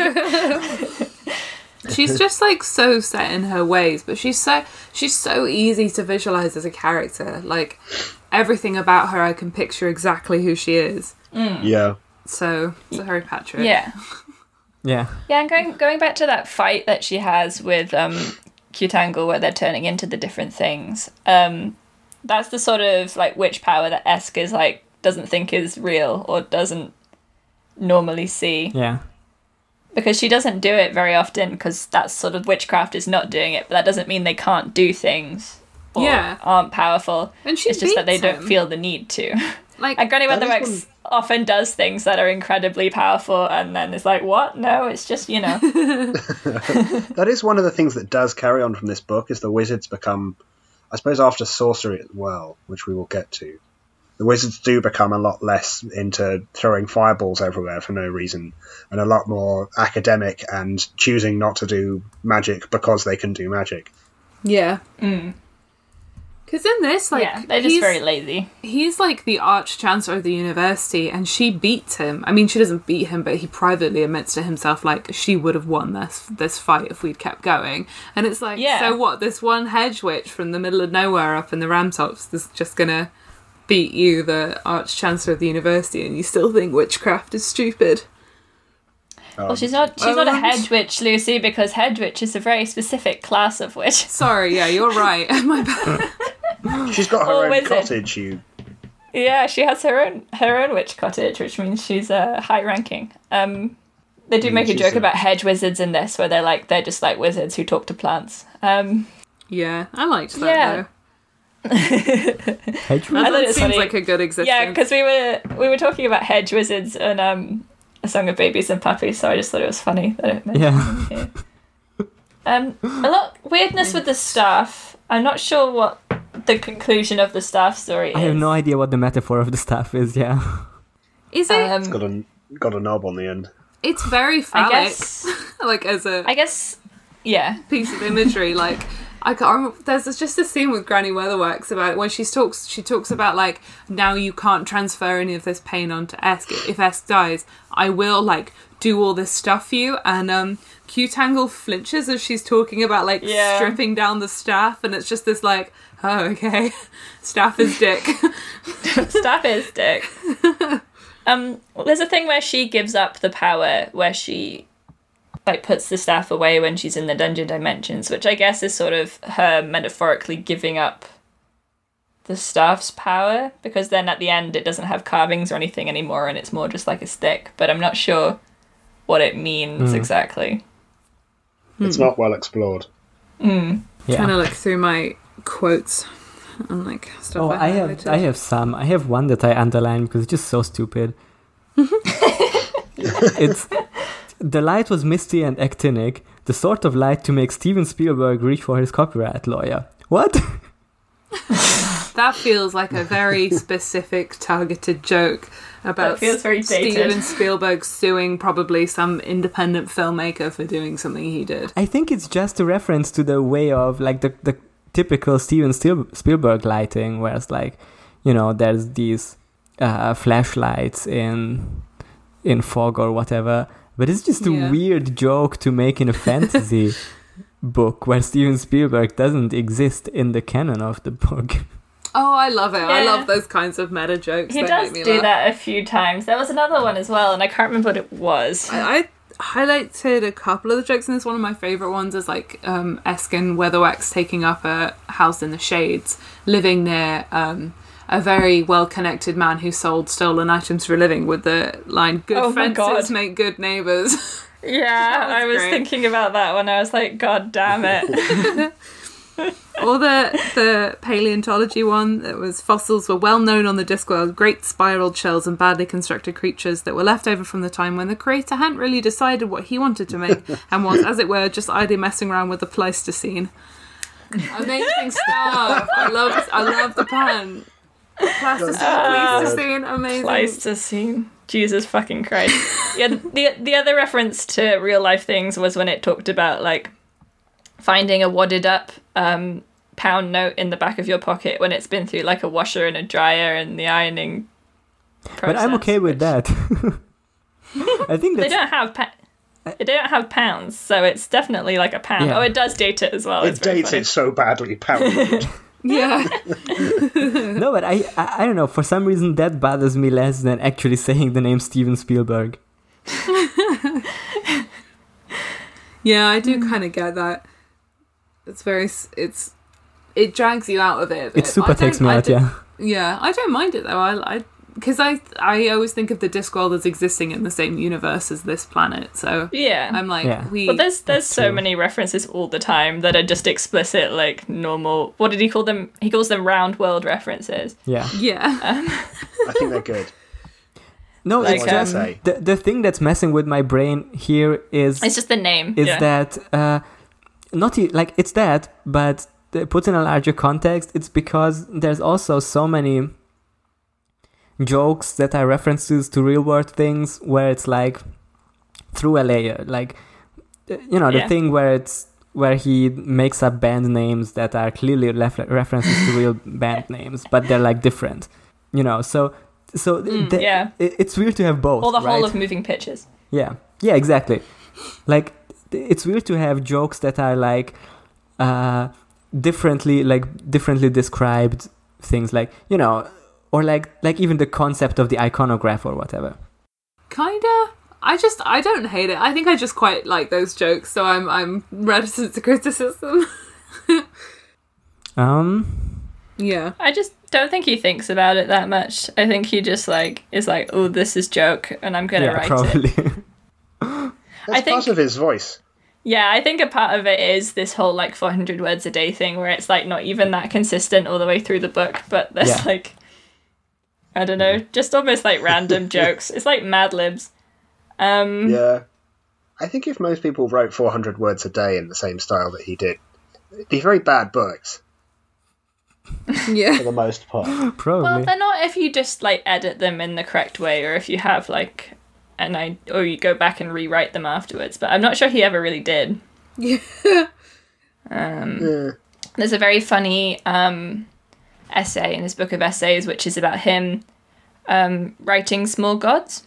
Speaker 4: She's just like so set in her ways, but she's so she's so easy to visualize as a character. Like everything about her, I can picture exactly who she is.
Speaker 5: Yeah.
Speaker 4: So, so Harry Patrick.
Speaker 2: yeah,
Speaker 3: yeah
Speaker 2: yeah. And going going back to that fight that she has with um, Cutangle, where they're turning into the different things. Um, that's the sort of like witch power that Esk is like doesn't think is real or doesn't normally see.
Speaker 3: yeah
Speaker 2: because she doesn't do it very often because that's sort of witchcraft is not doing it but that doesn't mean they can't do things or
Speaker 4: Yeah.
Speaker 2: aren't powerful
Speaker 4: And she
Speaker 2: it's just that they
Speaker 4: beats
Speaker 2: don't
Speaker 4: him.
Speaker 2: feel the need to
Speaker 4: Like
Speaker 2: and granny
Speaker 5: That is
Speaker 2: weatherwax often does things that are incredibly powerful and then it's like what no it's just you know
Speaker 5: That is one of the things that does carry on from this book is the wizards become, I suppose, after sorcery as well, which we will get to. The wizards do become a lot less into throwing fireballs everywhere for no reason, and a lot more academic and choosing not to do magic because they can do magic.
Speaker 4: yeah. Because in this, like,
Speaker 2: Mm. yeah they're just
Speaker 4: he's,
Speaker 2: very lazy
Speaker 4: he's like the arch chancellor of the university, and she beats him. I mean, she doesn't beat him, but he privately admits to himself, like, she would have won this this fight if we'd kept going. And it's like,
Speaker 2: Yeah.
Speaker 4: so what? This one hedge witch from the middle of nowhere up in the Ramtops is just gonna beat you, the arch chancellor of the university, and you still think witchcraft is stupid.
Speaker 2: well she's not she's not a
Speaker 4: um,
Speaker 2: hedge witch lucy because hedge witch is a very specific class of witch
Speaker 4: Sorry, yeah, you're right. My bad.
Speaker 5: She's got her
Speaker 2: Or
Speaker 5: own
Speaker 2: wizard.
Speaker 5: cottage, you.
Speaker 2: Yeah, she has her own her own witch cottage, which means she's uh, high ranking. Um, they do make a
Speaker 5: she's
Speaker 2: joke
Speaker 5: a-
Speaker 2: about hedge wizards in this, where they're like they're just like wizards who talk to plants. Um,
Speaker 4: Yeah, I liked that
Speaker 2: Yeah.
Speaker 4: though.
Speaker 3: Hedgehog?
Speaker 2: I thought it
Speaker 4: That
Speaker 2: was
Speaker 4: seems
Speaker 2: funny.
Speaker 4: like a good existence.
Speaker 2: yeah, because we were we were talking about hedge wizards and um, a song of babies and puppies, so I just thought it was funny that it mentioned
Speaker 3: yeah
Speaker 2: it here. Um, a lot weirdness with the staff. I'm not sure what the conclusion of the staff story is.
Speaker 3: I have no idea what the metaphor of the staff is. Yeah,
Speaker 4: is it?
Speaker 2: Um,
Speaker 5: Got a got a knob on the end.
Speaker 4: it's very
Speaker 2: I
Speaker 4: phallic.
Speaker 2: guess.
Speaker 4: like as a
Speaker 2: I guess. Yeah.
Speaker 4: piece of imagery. Like I can't remember. There's this- just a scene with Granny Weatherwax about when she talks. She talks about like now you can't transfer any of this pain onto Esk. If Esk dies, I will like do all this stuff for you. And um, Q-Tangle flinches as she's talking about like
Speaker 2: Yeah.
Speaker 4: stripping down the staff, and it's just this like, oh okay, staff is dick.
Speaker 2: Stop his dick. um, well, there's a thing where she gives up the power, where she like puts the staff away when she's in the dungeon dimensions, which I guess is sort of her metaphorically giving up the staff's power because then at the end it doesn't have carvings or anything anymore and it's more just like a stick but i'm not sure what it means exactly
Speaker 5: It's not well explored.
Speaker 4: Trying to
Speaker 3: yeah.
Speaker 4: look through my quotes. and like stuff
Speaker 3: Oh, I have
Speaker 4: highlighted.
Speaker 3: I have some. I have one that I underlined because it's just so stupid. it's the light was misty and actinic, the sort of light to make Steven Spielberg reach for his copyright lawyer. What?
Speaker 4: That feels like a very specific, targeted joke about
Speaker 2: That feels very dated.
Speaker 4: Steven Spielberg suing probably some independent filmmaker for doing something he did.
Speaker 3: I think it's just a reference to the way of like the the typical Steven Spiel- Spielberg lighting, where it's like, you know, there's these uh, flashlights in in fog or whatever, but it's just
Speaker 4: Yeah.
Speaker 3: a weird joke to make in a fantasy book where Steven Spielberg doesn't exist in the canon of the book.
Speaker 4: Oh, I love it! I
Speaker 2: Yeah.
Speaker 4: love those kinds of meta jokes.
Speaker 2: He
Speaker 4: that
Speaker 2: does
Speaker 4: make me
Speaker 2: do
Speaker 4: laugh.
Speaker 2: that a few times. There was another one as well, and I can't remember what it was.
Speaker 4: I, I highlighted a couple of the jokes in this. One of my favorite ones is like um, Eskin Weatherwax taking up a house in the shades, living near um, a very well-connected man who sold stolen items for a living. With the line, "Good
Speaker 2: Oh my
Speaker 4: fences
Speaker 2: God.
Speaker 4: make good neighbors."
Speaker 2: Yeah,
Speaker 4: was
Speaker 2: I was
Speaker 4: great.
Speaker 2: thinking about that one. I was like, God damn it.
Speaker 4: or the the paleontology one that was fossils were well known on the Discworld, great spiraled shells and badly constructed creatures that were left over from the time when the creator hadn't really decided what he wanted to make and was, as it were, just idly messing around with the Pleistocene. Amazing stuff! I love I love the pun. Pleistocene, Pleistocene, amazing.
Speaker 2: Pleistocene. Jesus fucking Christ. Yeah, the the other reference to real life things was when it talked about like finding a wadded up um, pound note in the back of your pocket when it's been through like a washer and a dryer and the ironing. Process,
Speaker 3: but I'm okay with
Speaker 2: which-
Speaker 3: that. I think
Speaker 2: They
Speaker 3: that's
Speaker 2: don't have pa- they don't have pounds, so it's definitely like a pound.
Speaker 3: Yeah.
Speaker 2: Oh, it does date it as well.
Speaker 5: It
Speaker 2: it's very
Speaker 5: dated
Speaker 2: funny.
Speaker 5: so badly, Pound.
Speaker 4: Yeah.
Speaker 3: no, but I, I I don't know. For some reason, that bothers me less than actually saying the name Steven Spielberg.
Speaker 4: Yeah,
Speaker 3: Hmm.
Speaker 4: I do kind of get that. It's very s- it's it drags you out of it. a bit.
Speaker 3: It super
Speaker 4: Uh, I don't-
Speaker 3: takes me
Speaker 4: I
Speaker 3: out.
Speaker 4: do-
Speaker 3: Yeah.
Speaker 4: Yeah, I don't mind it though. I because I, I always think of the Discworld as existing in the same universe as this planet. So
Speaker 2: Yeah.
Speaker 4: I'm like,
Speaker 3: Yeah.
Speaker 4: we
Speaker 2: Well, there's there's
Speaker 3: That's
Speaker 2: so
Speaker 3: true.
Speaker 2: many references all the time that are just explicit, like normal. What did he call them? He calls them round world references.
Speaker 3: Yeah.
Speaker 4: yeah.
Speaker 5: I think they're good.
Speaker 3: No,
Speaker 2: Like,
Speaker 3: it's
Speaker 2: um,
Speaker 3: just the, the thing that's messing with my brain here is
Speaker 2: It's just the name.
Speaker 3: is
Speaker 2: yeah.
Speaker 3: that uh, not e- like it's that, but th- put in a larger context, it's because there's also so many jokes that are references to real world things where it's like through a layer, like uh, you know the
Speaker 2: Yeah.
Speaker 3: thing where it's where he makes up band names that are clearly lef- references to real band names, but they're like different, you know. So so th- th-
Speaker 2: Mm, yeah.
Speaker 3: it- it's weird to have both.
Speaker 2: Or the
Speaker 3: right?
Speaker 2: whole of moving pictures.
Speaker 3: Yeah, yeah, exactly. Like th- it's weird to have jokes that are like uh, differently, like differently described things, like you know, or like like even the concept of the iconograph or whatever.
Speaker 4: kinda. I just I don't hate it. I think I just quite like those jokes. So I'm I'm reticent to criticism.
Speaker 3: Um,
Speaker 4: yeah,
Speaker 2: I just don't think he thinks about it that much. I think he just like is like, oh, this is joke, and I'm gonna
Speaker 3: yeah,
Speaker 2: write it.
Speaker 3: probably.
Speaker 5: That's
Speaker 2: I think-
Speaker 5: part of his voice.
Speaker 2: Yeah, I think a part of it is this whole like 400 words a day thing where it's like not even that consistent all the way through the book, but there's
Speaker 3: Yeah.
Speaker 2: like, I don't know, just almost like random jokes. It's like Mad Libs. Um,
Speaker 5: Yeah. I think if most people wrote 400 words a day in the same style that he did, it'd be very bad books
Speaker 4: yeah.
Speaker 5: for the most part.
Speaker 2: Well,
Speaker 3: probably.
Speaker 2: they're not if you just like edit them in the correct way or if you have like an I or you go back and rewrite them afterwards, but I'm not sure he ever really did. Um,
Speaker 5: yeah.
Speaker 2: There's a very funny um, essay in his book of essays, which is about him um, writing small gods,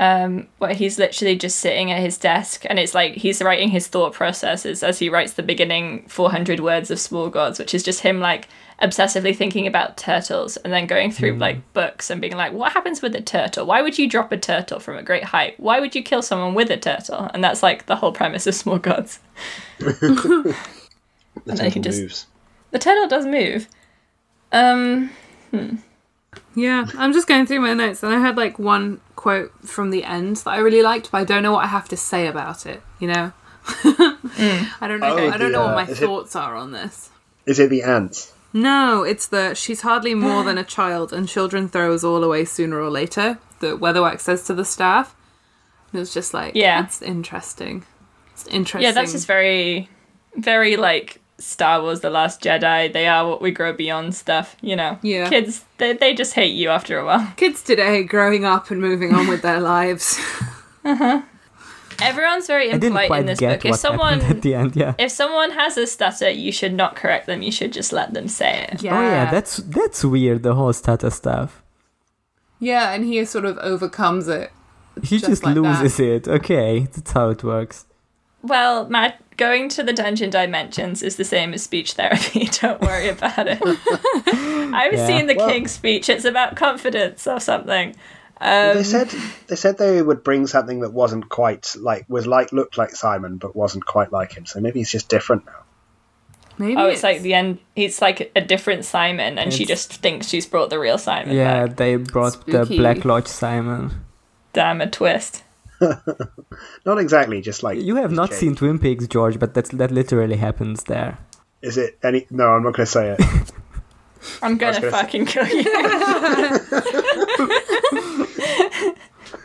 Speaker 2: um, where he's literally just sitting at his desk and it's like he's writing his thought processes as he writes the beginning 400 words of small gods, which is just him like obsessively thinking about turtles and then going through like books and being like, what happens with a turtle? Why would you drop a turtle from a great height? Why would you kill someone with a turtle? And that's like the whole premise of small gods.
Speaker 5: The
Speaker 2: then he
Speaker 5: turtle
Speaker 2: just-
Speaker 5: moves.
Speaker 2: The turtle does move. Um,
Speaker 4: Yeah, I'm just going through my notes and I had like one quote from the end that I really liked, but I don't know what I have to say about it, you know? I don't know
Speaker 5: Oh,
Speaker 4: I don't know what
Speaker 5: the, uh,
Speaker 4: my
Speaker 5: is it-
Speaker 4: thoughts are on this.
Speaker 5: Is it the ants?
Speaker 4: No, it's the she's hardly more than a child, and children throw us all away sooner or later. That Weatherwax says to the staff. And It was just like,
Speaker 2: Yeah.
Speaker 4: that's interesting. It's interesting.
Speaker 2: Yeah, that's just very, very like Star Wars: The Last Jedi. They are what we grow beyond stuff. You know,
Speaker 4: Yeah.
Speaker 2: kids they they just hate you after a while.
Speaker 4: Kids today growing up and moving on with their lives.
Speaker 2: Everyone's very
Speaker 3: I didn't
Speaker 2: impolite
Speaker 3: quite
Speaker 2: in this
Speaker 3: get
Speaker 2: book. If
Speaker 3: what
Speaker 2: someone
Speaker 3: happened at the end. Yeah.
Speaker 2: if someone has a stutter, you should not correct them. You should just let them say it.
Speaker 4: Yeah.
Speaker 3: Oh yeah, that's that's weird. The whole status stuff.
Speaker 4: Yeah, and he sort of overcomes it.
Speaker 3: He
Speaker 4: Just
Speaker 3: just,
Speaker 4: like that.
Speaker 3: loses it. Okay, that's how it works.
Speaker 2: Well, Matt, going to the dungeon dimensions is the same as speech therapy. Don't worry about it. I've
Speaker 3: Yeah.
Speaker 2: seen the
Speaker 5: Well-
Speaker 2: King's speech. It's about confidence or something.
Speaker 4: Um,
Speaker 5: they said they said they would bring something that wasn't quite like was like looked like Simon but wasn't quite like him. So maybe he's just different now.
Speaker 4: Maybe
Speaker 2: Oh, it's like the end. It's like a different Simon, and she
Speaker 3: It's-
Speaker 2: just thinks she's brought the real Simon.
Speaker 3: Yeah,
Speaker 2: back.
Speaker 3: they brought
Speaker 4: Spooky.
Speaker 3: the Black Lodge Simon.
Speaker 2: damn a twist.
Speaker 5: Not exactly just like
Speaker 3: You have
Speaker 5: he's
Speaker 3: not
Speaker 5: changed.
Speaker 3: seen Twin Peaks, George, but that's that literally happens there.
Speaker 5: Is it any? No, I'm not going to say it.
Speaker 2: I'm gonna
Speaker 5: gonna say-
Speaker 2: fucking kill you.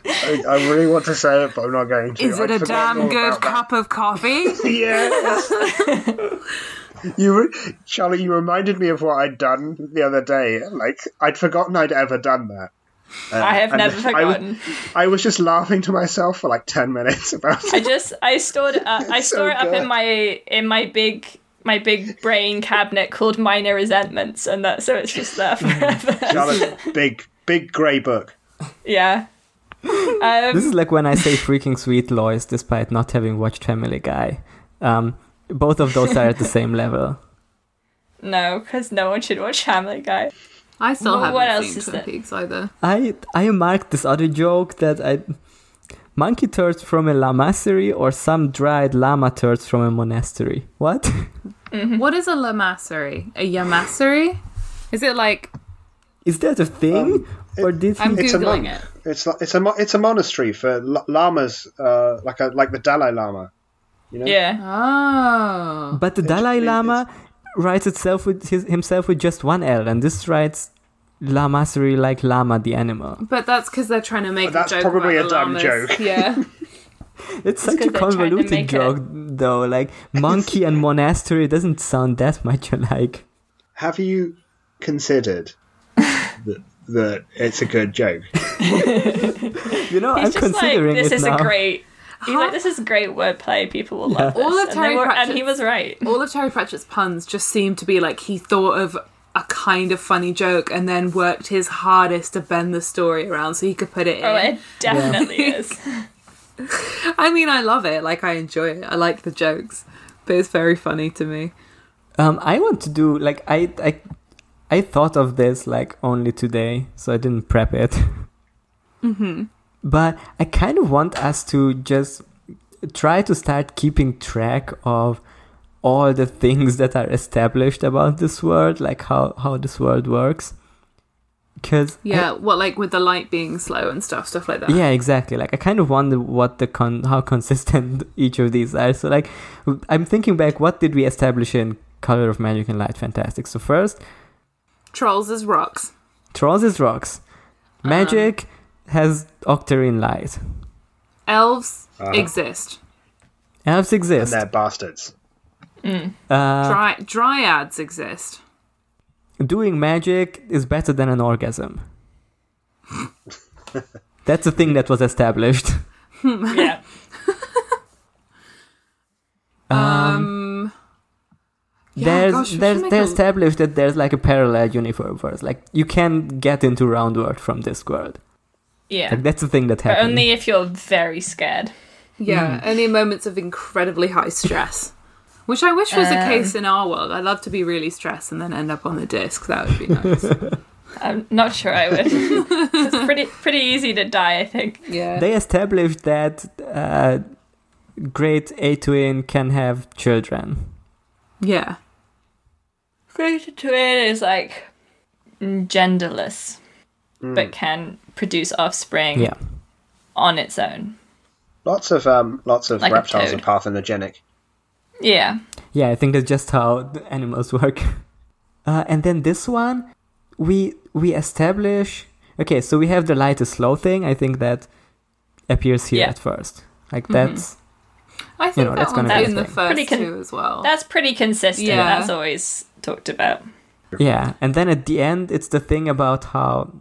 Speaker 5: I, I really want to say it, but I'm not going to.
Speaker 4: Is it
Speaker 5: I'd
Speaker 4: a
Speaker 5: forgotten
Speaker 4: damn
Speaker 5: all
Speaker 4: good
Speaker 5: about that.
Speaker 4: cup of coffee?
Speaker 5: Yes. you, re- Charlie, you reminded me of what I'd done the other day. Like I'd forgotten I'd ever done that. Um,
Speaker 2: I have
Speaker 5: and
Speaker 2: never
Speaker 5: I was-
Speaker 2: forgotten.
Speaker 5: I was just laughing to myself for like ten minutes about
Speaker 2: I
Speaker 5: it.
Speaker 2: just I stored it up, I
Speaker 5: So
Speaker 2: store it up
Speaker 5: good.
Speaker 2: in my in my big my big brain cabinet called minor resentments, and that so it's just there forever.
Speaker 5: Charlie's big, big grey book.
Speaker 2: yeah. Um,
Speaker 3: This is like when I say freaking sweet Lois, despite not having watched Family Guy. Um, both of those are at the same level.
Speaker 2: no, because no one should watch Family Guy.
Speaker 4: I still
Speaker 2: Well,
Speaker 4: haven't
Speaker 2: what else
Speaker 4: seen
Speaker 2: is
Speaker 4: Twin
Speaker 2: there?
Speaker 4: Peaks either.
Speaker 3: I I marked this other joke that I monkey turds from a lamasery or some dried llama turds from a monastery. What?
Speaker 4: What is a lamassery? A yamassery? Is it like
Speaker 3: Is that a thing? or did
Speaker 4: I'm
Speaker 3: he-
Speaker 5: It's a
Speaker 4: googling it?
Speaker 5: monk. It's like, it's a mo- it's a monastery for l- lamas, uh, like a like the Dalai Lama.
Speaker 2: Yeah.
Speaker 4: Oh,
Speaker 3: But the Dalai
Speaker 5: it's-
Speaker 3: Lama writes itself with his, himself with just one L, and this writes lamasery like llama the animal.
Speaker 4: but that's because they're trying to make
Speaker 5: That's
Speaker 4: a joke
Speaker 5: probably
Speaker 4: about the
Speaker 5: a dumb
Speaker 4: llamas.
Speaker 5: joke.
Speaker 4: Yeah,
Speaker 3: It's
Speaker 2: 'cause they're
Speaker 3: such a
Speaker 2: trying to
Speaker 3: convoluted
Speaker 2: make it-
Speaker 3: joke, though. Like monkey and monastery doesn't sound that much alike.
Speaker 5: Have you considered that, that it's a good joke?
Speaker 3: You know,
Speaker 2: He's
Speaker 3: I'm
Speaker 2: just like
Speaker 3: considering
Speaker 2: this
Speaker 3: it
Speaker 2: is
Speaker 3: now.
Speaker 2: a great. He's like this is great wordplay. People will love this.
Speaker 4: All of
Speaker 2: and,
Speaker 4: Terry
Speaker 2: they were- and
Speaker 4: Pratchett's-
Speaker 2: he was right.
Speaker 4: all of Terry Pratchett's puns just seem to be like he thought of a kind of funny joke and then worked his hardest to bend the story around so he could put it in.
Speaker 2: Oh, it definitely is.
Speaker 4: I mean, I love it. Like, I enjoy it. I like the jokes, but it's very funny to me.
Speaker 3: Um, I want to do like I I I thought of this like only today, so I didn't prep it. mm-hmm.
Speaker 2: Mm-hmm.
Speaker 3: But I kind of want us to just try to start keeping track of all the things that are established about this world, like how how this world works. Cause I-
Speaker 4: Yeah, what like with the light being slow and stuff, stuff like that.
Speaker 3: yeah, exactly. Like I kind of wonder what the con how consistent each of these are. So like I'm thinking back, what did we establish in Color of Magic and Light Fantastic? So first,
Speaker 4: Trolls as rocks.
Speaker 3: Trolls is rocks. Magic has octarine light.
Speaker 4: Elves
Speaker 5: Uh-huh.
Speaker 4: exist.
Speaker 3: Elves
Speaker 5: And
Speaker 3: exist. Uh,
Speaker 5: they're bastards.
Speaker 4: Dry- dryads exist.
Speaker 3: Doing magic is better than an orgasm. That's a thing that was established.
Speaker 2: Yeah.
Speaker 3: Um, there's
Speaker 4: Um, gosh, we should
Speaker 3: there's
Speaker 4: make
Speaker 3: they
Speaker 4: a-
Speaker 3: established that there's like a parallel universe. Like you can get into round world from this world.
Speaker 2: Yeah.
Speaker 3: Like that's the thing that
Speaker 2: But
Speaker 3: happened.
Speaker 2: only if you're very scared.
Speaker 4: Yeah, only moments of incredibly high stress. Which I wish was the case in our world. I'd love to be really stressed and then end up on the disc. That would be nice.
Speaker 2: I'm not sure I would. it's pretty pretty easy to die, I think.
Speaker 4: yeah.
Speaker 3: they established that uh, great A twin can have children.
Speaker 4: yeah.
Speaker 2: Greater twin is like genderless, but can produce offspring
Speaker 3: Yeah.
Speaker 2: on its own.
Speaker 5: Lots of um, lots of
Speaker 2: Like a
Speaker 5: reptiles are
Speaker 2: toad.
Speaker 5: parthenogenic.
Speaker 2: Yeah.
Speaker 3: Yeah, I think that's just how the animals work. Uh, and then this one, we we establish. Okay, so we have the light is slow thing. I think that appears here
Speaker 2: Yeah.
Speaker 4: Mm-hmm.
Speaker 3: at first. Like that's
Speaker 4: I think
Speaker 3: You know,
Speaker 4: that
Speaker 3: that's gonna
Speaker 4: one's
Speaker 3: be a
Speaker 4: in the
Speaker 3: thing.
Speaker 4: first
Speaker 2: Pretty con-
Speaker 4: two as well.
Speaker 2: That's pretty consistent.
Speaker 4: Yeah.
Speaker 2: That's always talked about.
Speaker 3: Yeah, and then at the end, it's the thing about how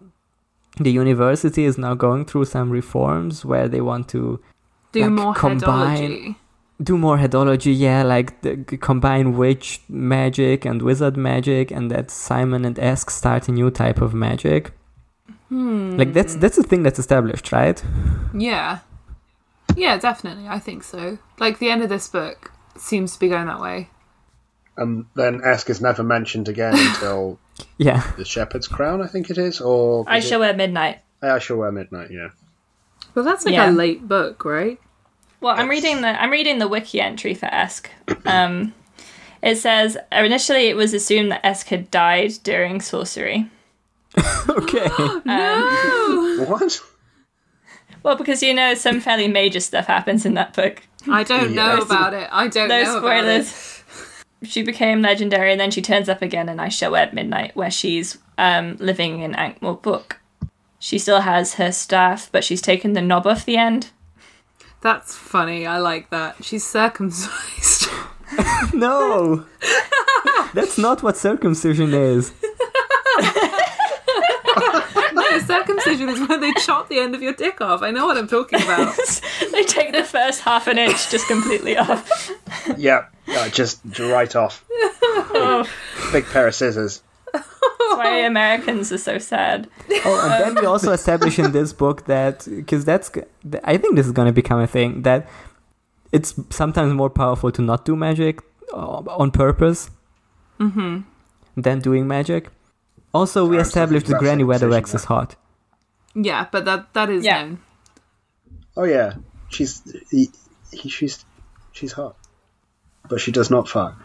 Speaker 3: the university is now going through some reforms where they want to
Speaker 4: Do
Speaker 3: like,
Speaker 4: more
Speaker 3: combine-
Speaker 4: headology.
Speaker 3: do more hedology, yeah, like the, c- combine witch magic and wizard magic, and that Simon and Esk start a new type of magic. Like that's that's a thing that's established, right?
Speaker 4: Yeah. Yeah, definitely. I think so. Like the end of this book seems to be going that way.
Speaker 5: And then Esk is never mentioned again until
Speaker 3: Yeah,
Speaker 5: the Shepherd's Crown, I think it is, or
Speaker 2: I
Speaker 5: is it-
Speaker 2: shall wear midnight.
Speaker 5: I shall wear midnight. Yeah,
Speaker 4: But that's like
Speaker 2: Yeah.
Speaker 4: a late book, right?
Speaker 2: Well, I'm reading the I'm reading the wiki entry for Esk. Um, it says initially it was assumed that Esk had died during sorcery.
Speaker 3: okay.
Speaker 5: what?
Speaker 2: Well, because you know some fairly major stuff happens in that book.
Speaker 4: I don't know
Speaker 5: Yes.
Speaker 4: about it. I don't
Speaker 2: No
Speaker 4: know about
Speaker 2: spoilers. She became legendary, and then she turns up again in I Shall Wear Midnight, where she's um, living in Ankh-Morpork. She still has her staff, but she's taken the knob off the end.
Speaker 4: it. That's funny. I like that. She's circumcised.
Speaker 3: No, that's not what circumcision is.
Speaker 4: no, circumcision is when they chop the end of your dick off. I know what I'm talking about.
Speaker 2: they take the first half an inch just completely off.
Speaker 5: Yeah, yeah, just right off.
Speaker 2: Oh.
Speaker 5: Big pair of scissors.
Speaker 2: That's why Americans are so sad.
Speaker 3: Oh, and then we also establish in this book that because that's g- th- I think this is going to become a thing that it's sometimes more powerful to not do magic uh, on purpose than doing magic. Also, we
Speaker 5: Perhaps
Speaker 3: established that
Speaker 5: that's
Speaker 3: Granny
Speaker 5: a decision
Speaker 3: Weatherwax
Speaker 5: there.
Speaker 3: is hot.
Speaker 4: yeah, but that that is
Speaker 2: Yeah.
Speaker 4: known.
Speaker 5: Oh yeah, she's he, he, she's she's hot, but she does not fuck.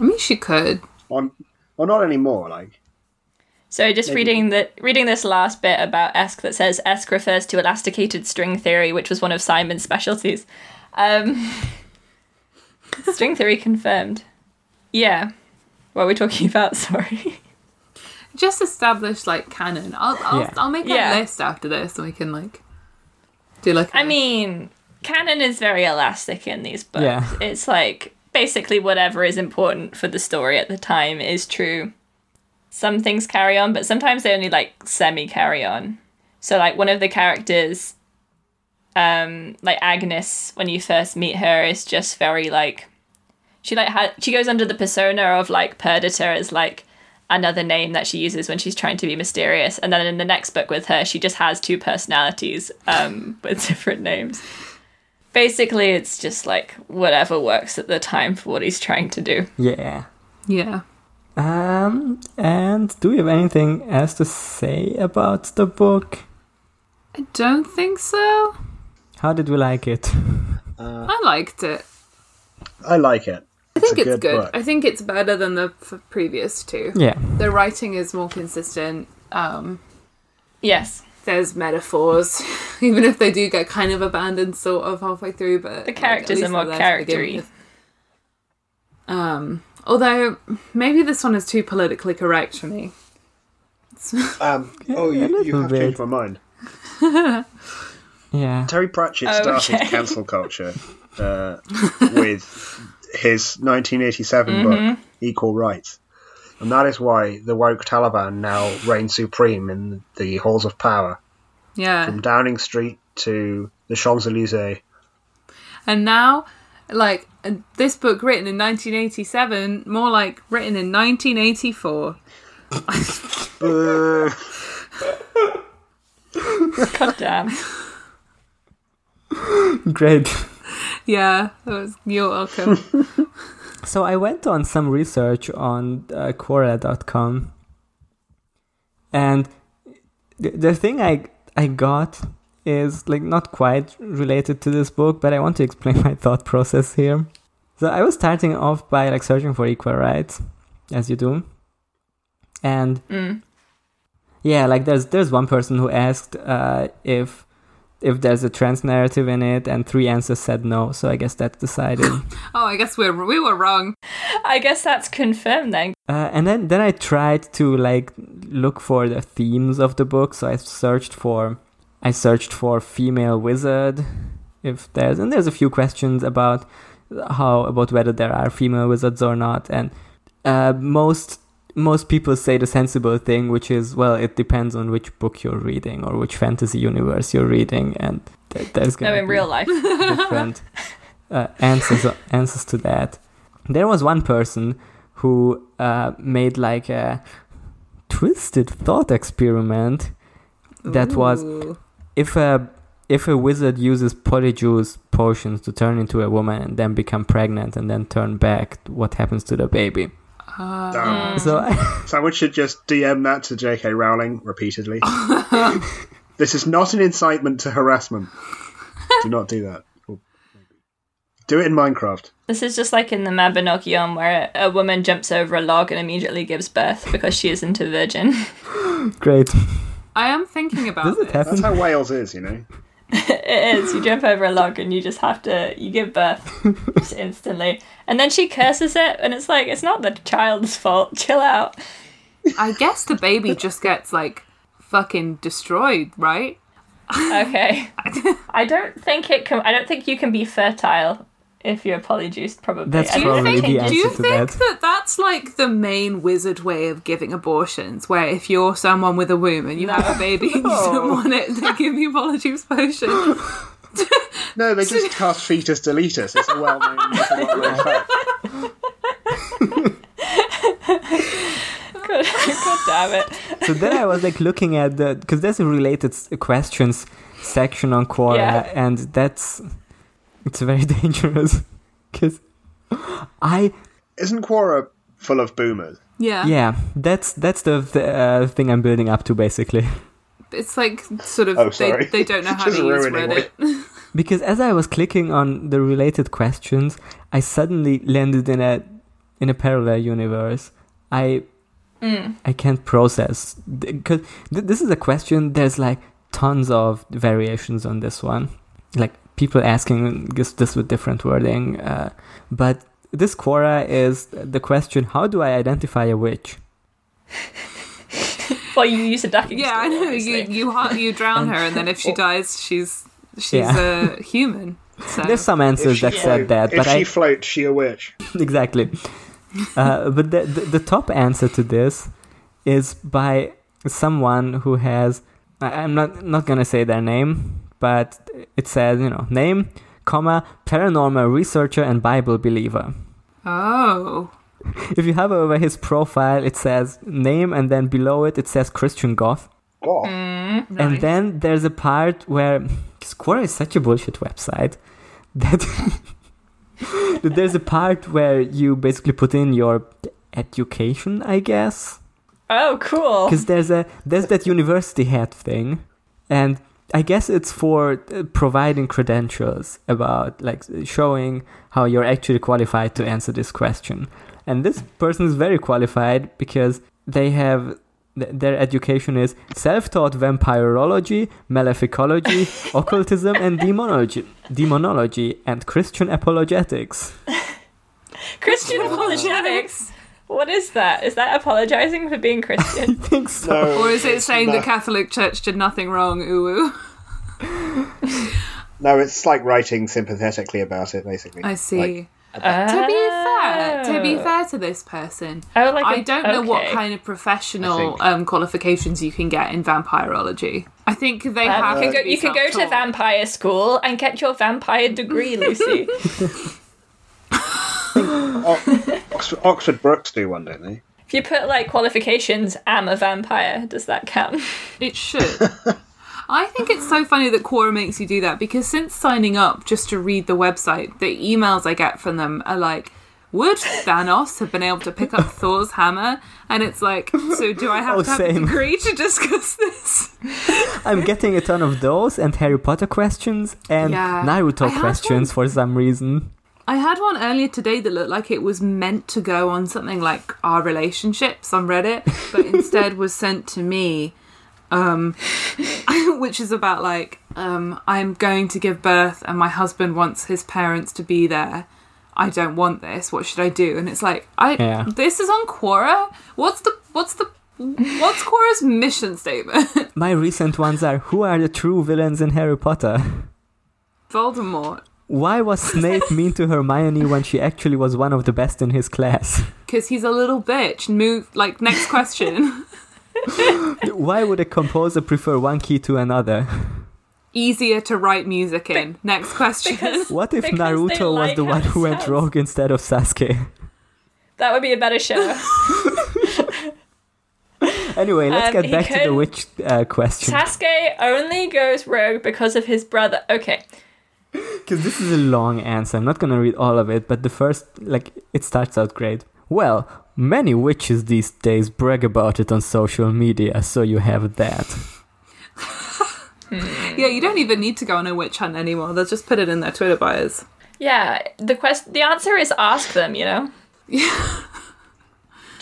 Speaker 4: I mean, she could.
Speaker 5: On well, not anymore. Like
Speaker 2: So just reading the reading this last bit about Esk that says Esk refers to elasticated string theory, which was one of Simon's specialties. Um, string theory confirmed. Yeah. What are we talking about? Sorry.
Speaker 4: Just establish like canon. I'll I'll,
Speaker 3: Yeah.
Speaker 4: I'll make a
Speaker 2: Yeah.
Speaker 4: list after this, and we can like do like. I
Speaker 2: I mean, canon is very elastic in these books.
Speaker 3: Yeah.
Speaker 2: It's like basically whatever is important for the story at the time is true. Some things carry on, but sometimes they only like semi carry on. So like one of the characters, um, like Agnes, when you first meet her, is just very like she like ha- she goes under the persona of like Perdita as like another name that she uses when she's trying to be mysterious and then in the next book with her she just has two personalities um, with different names basically it's just like whatever works at the time for what he's trying to do
Speaker 3: Yeah.
Speaker 4: yeah.
Speaker 3: Um. And do you have anything else to say about the book?
Speaker 4: I don't think so.
Speaker 3: How did we like it?
Speaker 4: I liked it.
Speaker 5: I like it.
Speaker 4: I think it's, good.
Speaker 5: book.
Speaker 4: I think it's better than the f- previous two.
Speaker 3: Yeah.
Speaker 4: The writing is more consistent. Um,
Speaker 2: yes
Speaker 4: there's metaphors, even if they do get kind of abandoned sort of halfway through. But
Speaker 2: the characters are more charactery
Speaker 4: Um, although maybe this one is too politically correct for me.
Speaker 5: Um, oh,
Speaker 3: a
Speaker 5: you, you
Speaker 3: little
Speaker 5: have
Speaker 3: bit.
Speaker 5: changed my mind.
Speaker 3: Yeah.
Speaker 5: Terry Pratchett
Speaker 2: Okay.
Speaker 5: started cancel culture uh, with his 1987 book Equal Rights, and that is why the woke Taliban now reign supreme in the halls of power,
Speaker 4: Yeah.
Speaker 5: from Downing Street to the Champs Elysees.
Speaker 4: And now, like uh, this book written in 1987, more like written in 1984.
Speaker 5: Boo.
Speaker 2: god damn
Speaker 3: Great.
Speaker 4: Yeah, that was, you're welcome.
Speaker 3: So I went on some research on uh, Quora.com, and the, the thing I I got is like not quite related to this book, but I want to explain my thought process here. So I was starting off by like searching for equal rights, as you do, and
Speaker 2: Mm.
Speaker 3: yeah, like there's there's one person who asked uh, if if there's a trans narrative in it, and three answers said no. So I guess that's decided.
Speaker 4: oh, I guess we we were wrong.
Speaker 2: i guess that's confirmed then
Speaker 3: Uh, and then then I tried to like look for the themes of the book, so I searched for I searched for female wizard if there's and there's a few questions about how about whether there are female wizards or not and uh, most most people say the sensible thing which is well it depends on which book you're reading or which fantasy universe you're reading and th- there's
Speaker 2: No,
Speaker 3: going to
Speaker 2: in
Speaker 3: be
Speaker 2: real life.
Speaker 3: different uh, answers answers to that. There was one person who uh, made like a twisted thought experiment that was
Speaker 4: Ooh.
Speaker 3: if a if a wizard uses polyjuice potions to turn into a woman and then become pregnant and then turn back, what happens to the baby?
Speaker 4: Ah.
Speaker 5: Damn.
Speaker 3: So
Speaker 5: Someone should just DM that to J.K. Rowling repeatedly. this is not an incitement to harassment. Do not do that. Or maybe. Do it in Minecraft.
Speaker 2: This is just like in the Mabinogion where a woman jumps over a log and immediately gives birth because she is into virgin.
Speaker 3: great.
Speaker 4: I am thinking about
Speaker 3: Does it
Speaker 4: this.
Speaker 5: That's
Speaker 3: happen?
Speaker 5: how Wales is, you know.
Speaker 2: it is. You jump over a log and you just have to you give birth just instantly. And then she curses it and it's like it's not the child's fault. Chill out.
Speaker 4: I guess the baby just gets like fucking destroyed, right?
Speaker 2: Okay. I don't think it can I don't think you can be fertile if you're polyjuiced probably.
Speaker 3: That's
Speaker 2: I think
Speaker 3: probably
Speaker 2: it
Speaker 3: the
Speaker 2: changes.
Speaker 4: Do you
Speaker 3: answer to
Speaker 4: think
Speaker 3: that.
Speaker 4: that. that's like the main wizard way of giving abortions, where if you're someone with a womb and you have a baby and you don't want it, they give you polyjuice potion?
Speaker 5: No, they just cast fetus deletus. It's a well-known mythological fact.
Speaker 2: God, God damn it.
Speaker 3: so then I was like looking at the because there's a related s- questions section on Quora,
Speaker 2: Yeah.
Speaker 3: and that's it's very dangerous because I
Speaker 5: Isn't Quora full of boomers?
Speaker 4: Yeah.
Speaker 3: yeah that's that's the, the uh, thing I'm building up to basically
Speaker 4: It's like sort of
Speaker 5: Oh,
Speaker 4: they,
Speaker 5: sorry.
Speaker 4: they don't know how to
Speaker 5: Just
Speaker 4: use
Speaker 5: ruining
Speaker 4: Reddit.
Speaker 3: because as I was clicking on the related questions, I suddenly landed in a in a parallel universe. I
Speaker 2: Mm.
Speaker 3: I can't process because th- this is a question. There's like tons of variations on this one, like people asking this, this with different wording. Uh, but this Quora is the question: How do I identify a witch?
Speaker 2: Well you use a ducking
Speaker 4: Yeah, I
Speaker 2: stool,
Speaker 4: know. You
Speaker 2: obviously.
Speaker 4: you har- you drown her, and then if she dies, she's she's
Speaker 3: Yeah.
Speaker 4: a human. So
Speaker 3: There's some answers that said that,
Speaker 5: if
Speaker 3: but
Speaker 5: she
Speaker 3: I
Speaker 5: floats, she a witch.
Speaker 3: exactly. Uh, but the, the the top answer to this is by someone who has I, I'm not not gonna say their name, but it says you know name, comma paranormal researcher and Bible believer.
Speaker 4: oh,
Speaker 3: If you hover over his profile, it says name, and then below it it says Christian Goth,
Speaker 5: God.
Speaker 2: Hmm,
Speaker 3: and then there's a part where Square is such a bullshit website that. that There's a part where you basically put in your education, I guess,
Speaker 2: Oh cool.
Speaker 3: because there's a there's that university hat thing, and I guess it's for uh, providing credentials about like showing how you're actually qualified to answer this question. And this person is very qualified because they have th- their education is self-taught vampirology, maleficology, occultism, and demonology, demonology, and Christian apologetics.
Speaker 2: Christian apologetics. What is that? Is that apologizing for being Christian?
Speaker 3: I think so.
Speaker 5: No,
Speaker 4: or is it saying the
Speaker 5: no,
Speaker 4: Catholic Church did nothing wrong? Ooh, ooh.
Speaker 5: no, it's like writing sympathetically about it, basically.
Speaker 4: I
Speaker 5: Like,
Speaker 4: see. to be fair, to be
Speaker 2: Oh.
Speaker 4: fair to this person,
Speaker 2: Ah. Oh, like
Speaker 4: I
Speaker 2: a-
Speaker 4: don't know what
Speaker 2: okay.
Speaker 4: kind of
Speaker 5: I
Speaker 4: professional
Speaker 5: think-
Speaker 4: um, qualifications you can get in vampirology. I think they have.
Speaker 2: Um, you could go,
Speaker 4: be
Speaker 2: you could go to
Speaker 4: self-taught.
Speaker 2: vampire school and get your vampire degree, Lucy.
Speaker 5: O- Oxford, Oxford Brooks do one, don't they?
Speaker 2: if you put like qualifications, am a vampire, does that count?
Speaker 4: It should. I think it's so funny that Quora makes you do that because since signing up just to read the website, the emails I get from them are like, would Thanos have been able to pick up Thor's hammer? And it's like, so do I have
Speaker 3: Oh,
Speaker 4: to have
Speaker 3: same.
Speaker 4: a degree to discuss this?
Speaker 3: I'm getting a ton of those and Harry Potter questions and
Speaker 4: Yeah. I
Speaker 3: Naruto
Speaker 4: had
Speaker 3: questions for some reason.
Speaker 4: I had one earlier today that looked like it was meant to go on something like our relationships on Reddit, but instead was sent to me, um, which is about like um, I'm going to give birth and my husband wants his parents to be there. I don't want this. What should I do? And it's like I
Speaker 3: Yeah.
Speaker 4: this is on Quora. What's the what's the what's Quora's mission statement?
Speaker 3: My recent ones are who are the true villains in Harry Potter?
Speaker 4: Voldemort
Speaker 3: Why was Snape mean to Hermione when she actually was one of the best in his class?
Speaker 4: because he's a little bitch. Move like next question.
Speaker 3: Why would a composer prefer one key to another?
Speaker 4: Easier to write music in. Next question.
Speaker 3: What if
Speaker 2: Because they
Speaker 3: Naruto was
Speaker 2: like
Speaker 3: the one who went
Speaker 2: themselves.
Speaker 3: rogue instead of Sasuke?
Speaker 2: That would be a better show.
Speaker 3: Anyway, let's
Speaker 2: Um,
Speaker 3: get
Speaker 2: he
Speaker 3: back to the
Speaker 2: could-
Speaker 3: witch uh, question.
Speaker 2: Sasuke only goes rogue because of his brother. Okay.
Speaker 3: Because this is a long answer. I'm not going to read all of it, but the first, like, it starts out great. Well, many witches these days brag about it on social media, so you have that.
Speaker 4: yeah, you don't even need to go on a witch hunt anymore. They'll just put it in their Twitter bios.
Speaker 2: Yeah, the quest the answer is ask them, you know? Do you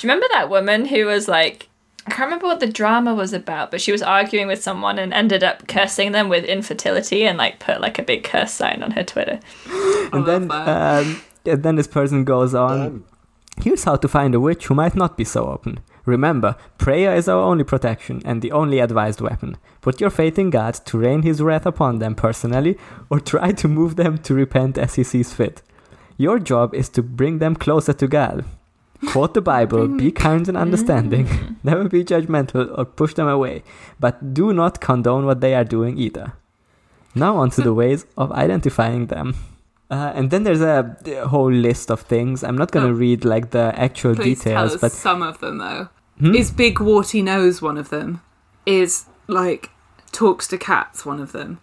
Speaker 2: remember that woman who was like I can't remember what the drama was about, but she was arguing with someone and ended up cursing them with infertility and like put like a big curse sign on her Twitter.
Speaker 4: I Oh,
Speaker 3: and then,
Speaker 4: love that.
Speaker 3: um, and then this person goes on. Here's how to find a witch who might not be so open. Remember, prayer is our only protection and the only advised weapon. Put your faith in God to rain His wrath upon them personally, or try to move them to repent as He sees fit. Your job is to bring them closer to God. Quote the Bible, be
Speaker 4: Mm-hmm.
Speaker 3: kind and understanding, never be judgmental or push them away, but do not condone what they are doing either. Now, on to the ways of identifying them. Uh, and then there's a uh, whole list of things. I'm not going to
Speaker 4: Oh.
Speaker 3: read like the actual
Speaker 4: Please tell
Speaker 3: details,
Speaker 4: us
Speaker 3: but
Speaker 4: some of them though.
Speaker 3: Hmm?
Speaker 4: Is big warty nose one of them? Is like talks to cats one of them?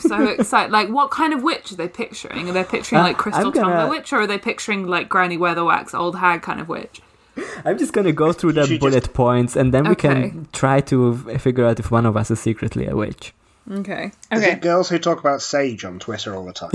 Speaker 4: so excited. Like, what kind of witch are they picturing? Are they picturing
Speaker 3: Uh,
Speaker 4: like Crystal
Speaker 3: I'm gonna-
Speaker 4: Tongue the witch, or are they picturing like Granny Weatherwax, old hag kind of witch?
Speaker 3: I'm just going to go through
Speaker 5: She
Speaker 3: the
Speaker 5: just-
Speaker 3: bullet points and then we
Speaker 4: Okay.
Speaker 3: can try to f- figure out if one of us is secretly a witch.
Speaker 4: Okay.
Speaker 5: Is
Speaker 2: Okay.
Speaker 5: it girls who talk about sage on Twitter all the time?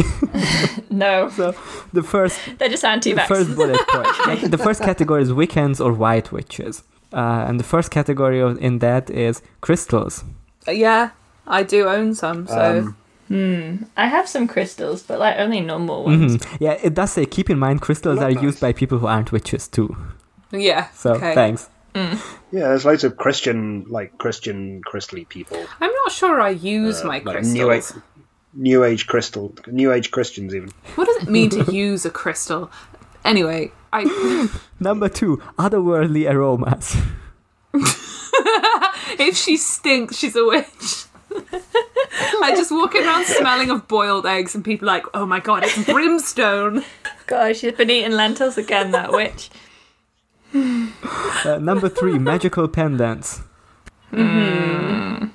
Speaker 2: No.
Speaker 3: So the first
Speaker 2: They're just anti
Speaker 3: the first
Speaker 2: vax.
Speaker 3: bullet point. Like, the first category is Wiccans or white witches. Uh, and the first category of, in that is crystals.
Speaker 4: Uh, Yeah, I do own some, so
Speaker 5: Um,
Speaker 2: I have some crystals, but like only normal ones.
Speaker 3: Mhm. Yeah, it does say keep in mind crystals
Speaker 5: Not
Speaker 3: are
Speaker 5: nice.
Speaker 3: used by people who aren't witches too.
Speaker 4: yeah.
Speaker 3: Um, So
Speaker 4: okay.
Speaker 3: thanks.
Speaker 5: yeah, there's loads of Christian, like Christian, crystally people.
Speaker 4: I'm not sure I use
Speaker 5: Uh,
Speaker 4: my
Speaker 5: like
Speaker 4: crystals.
Speaker 5: New Age, New Age crystal, New Age Christians even.
Speaker 4: What does it mean to use a crystal? Anyway, I
Speaker 3: Number two, otherworldly aromas.
Speaker 4: if she stinks, she's a witch. I just walk around smelling of boiled eggs, and people are like, oh my god, it's brimstone.
Speaker 2: Gosh, she's been eating lentils again, that witch.
Speaker 3: Uh, number three, magical pendants.
Speaker 4: Mm-hmm.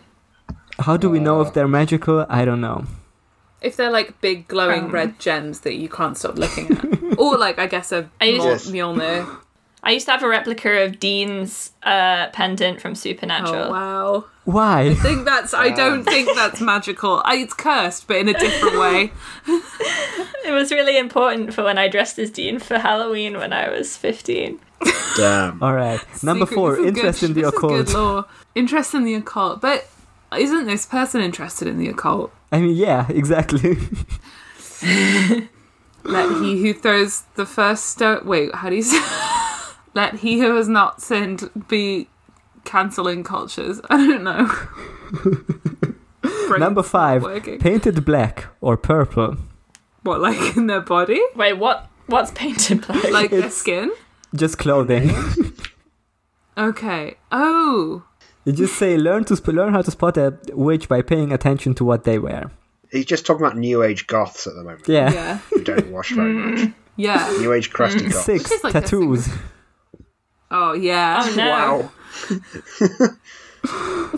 Speaker 3: How do we know
Speaker 4: Oh.
Speaker 3: if they're magical? I don't know.
Speaker 4: If they're like big glowing red gems that you can't stop looking at, or like I guess a
Speaker 2: I
Speaker 4: Mjol-
Speaker 5: just-
Speaker 4: Mjolnir.
Speaker 2: I used to have a replica of Dean's uh, pendant from Supernatural.
Speaker 4: Oh wow!
Speaker 3: Why?
Speaker 4: I think that's. I don't think that's magical. I, it's cursed, but in a different way.
Speaker 2: It was really important for when I dressed as Dean for Halloween when I was 15.
Speaker 5: Damn.
Speaker 3: All right. Number
Speaker 4: Secret-
Speaker 3: four,
Speaker 4: this is
Speaker 3: interest
Speaker 4: good-
Speaker 3: in the
Speaker 4: this is good
Speaker 3: occult.
Speaker 4: lore. Interest in the occult, but isn't this person interested in the occult?
Speaker 3: I mean, yeah, exactly.
Speaker 4: Let he who throws the first stone. Wait, how do you say? Let he who has not sinned be canceling cultures. I don't know. Brain's
Speaker 3: Number
Speaker 4: not
Speaker 3: five,
Speaker 4: working.
Speaker 3: painted black or purple.
Speaker 4: What, like in their body,
Speaker 2: Wait, what? What's painted black?
Speaker 4: like their
Speaker 3: It's-
Speaker 4: skin?
Speaker 3: Just clothing.
Speaker 4: Okay. Oh,
Speaker 3: You just say learn to sp- learn how to spot a witch by paying attention to what they wear.
Speaker 5: He's just talking about New Age goths at the moment.
Speaker 3: Yeah.
Speaker 4: yeah,
Speaker 5: Who don't wash very much.
Speaker 4: yeah.
Speaker 5: New Age crusty goths.
Speaker 3: Six
Speaker 4: Just like a
Speaker 3: tattoos.
Speaker 4: Oh, yeah.
Speaker 2: Oh, no.
Speaker 5: Wow.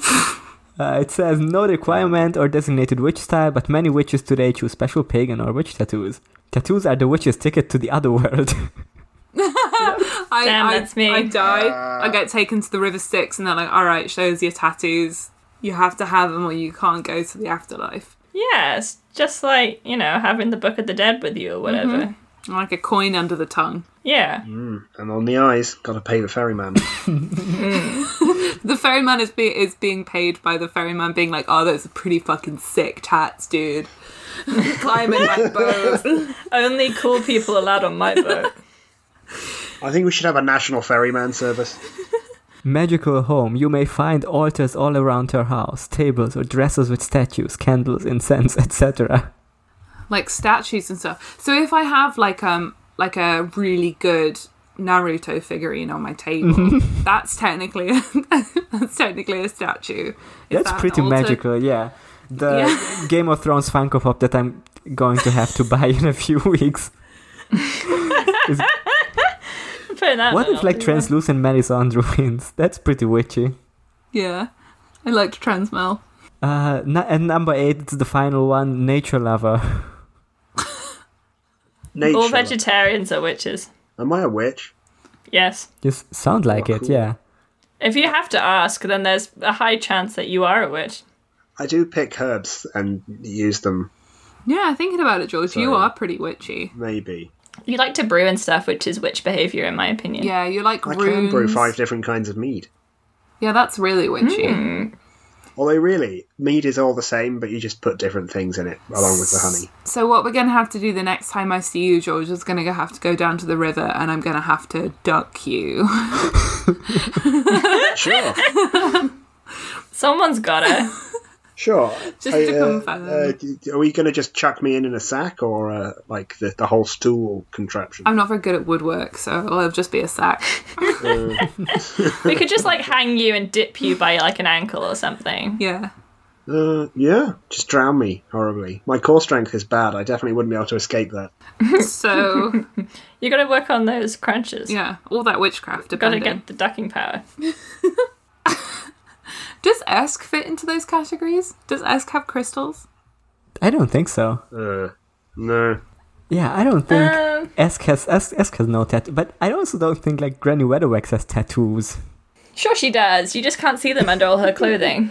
Speaker 3: Uh, it says no requirement or designated witch style, but many witches today choose special pagan or witch tattoos. Tattoos are the witch's ticket to the other world.
Speaker 4: I,
Speaker 2: Damn,
Speaker 4: I,
Speaker 2: that's me.
Speaker 4: I die. I get taken to the River Styx, and they're like, "All right, shows your tattoos. You have to have them, or you can't go to the afterlife."
Speaker 2: Yeah, it's just like, you know, having the Book of the Dead with you or whatever.
Speaker 4: Mm-hmm. Like a coin under the tongue.
Speaker 2: Yeah.
Speaker 4: Mm-hmm.
Speaker 5: And on the eyes, gotta pay the ferryman.
Speaker 4: The ferryman is be- is being paid by the ferryman being like, "Oh, those are pretty fucking sick tats, dude." Climbing my boat.
Speaker 2: Only cool people allowed on my boat.
Speaker 5: I think we should have a national ferryman service.
Speaker 3: Magical home. You may find altars all around your house, tables or dressers with statues, candles, incense, etc.
Speaker 4: like statues and stuff. So if I have like um like a really good Naruto figurine on my table, that's technically a, that's technically a statue. Is
Speaker 3: That's
Speaker 4: that an
Speaker 3: pretty
Speaker 4: altar?
Speaker 3: magical, yeah. The Game of Thrones Funko Pop that I'm going to have to buy in a few weeks.
Speaker 2: Putting that
Speaker 3: What
Speaker 2: one
Speaker 3: if
Speaker 2: on.
Speaker 3: like translucent Melisandre wins? That's pretty witchy.
Speaker 4: Yeah, I liked Transmel.
Speaker 3: Uh, n- and number eight, it's the final one, Nature Lover.
Speaker 5: Nature.
Speaker 2: all vegetarians are witches?
Speaker 5: Am I a witch?
Speaker 2: Yes.
Speaker 3: Just sound like
Speaker 5: Oh,
Speaker 3: it,
Speaker 5: cool.
Speaker 3: yeah.
Speaker 2: If you have to ask, then there's a high chance that you are a witch.
Speaker 5: I do pick herbs and use them,
Speaker 4: Yeah, thinking about it, George, you
Speaker 5: Sorry.
Speaker 4: are pretty witchy.
Speaker 5: maybe.
Speaker 2: You like to brew and stuff, which is witch behavior, in my opinion.
Speaker 4: Yeah, you like
Speaker 5: I
Speaker 4: runes.
Speaker 5: can brew five different kinds of mead.
Speaker 4: Yeah, that's really witchy.
Speaker 2: Hmm.
Speaker 5: Although, really, mead is all the same, but you just put different things in it along with the honey.
Speaker 4: So what we're gonna have to do the next time I see you, George, is gonna have to go down to the river, and I'm gonna have to duck you.
Speaker 5: Sure,
Speaker 2: Someone's gotta.
Speaker 5: sure.
Speaker 4: Just
Speaker 5: I,
Speaker 4: to
Speaker 5: uh,
Speaker 4: confirm.
Speaker 5: uh, d- are we going to just chuck me in in a sack or uh, like the, the whole stool contraption?
Speaker 4: I'm not very good at woodwork, so I'll just be a sack.
Speaker 2: we could just like hang you and dip you by like an ankle or something.
Speaker 4: Yeah.
Speaker 5: Uh, yeah, just drown me horribly. My core strength is bad. I definitely wouldn't be able to escape that.
Speaker 4: So
Speaker 2: You gotta work on those crunches.
Speaker 4: yeah, all that witchcraft.
Speaker 2: Gotta
Speaker 4: Depending.
Speaker 2: get the ducking power.
Speaker 4: Does Esk fit into those categories? Does Esk have crystals?
Speaker 3: I don't think so.
Speaker 5: Uh, no.
Speaker 3: Yeah, I don't think
Speaker 2: Um,
Speaker 3: Esk has Esk, Esk has no tattoo, but I also don't think like Granny Weatherwax has tattoos.
Speaker 2: sure, she does. You just can't see them under all her clothing.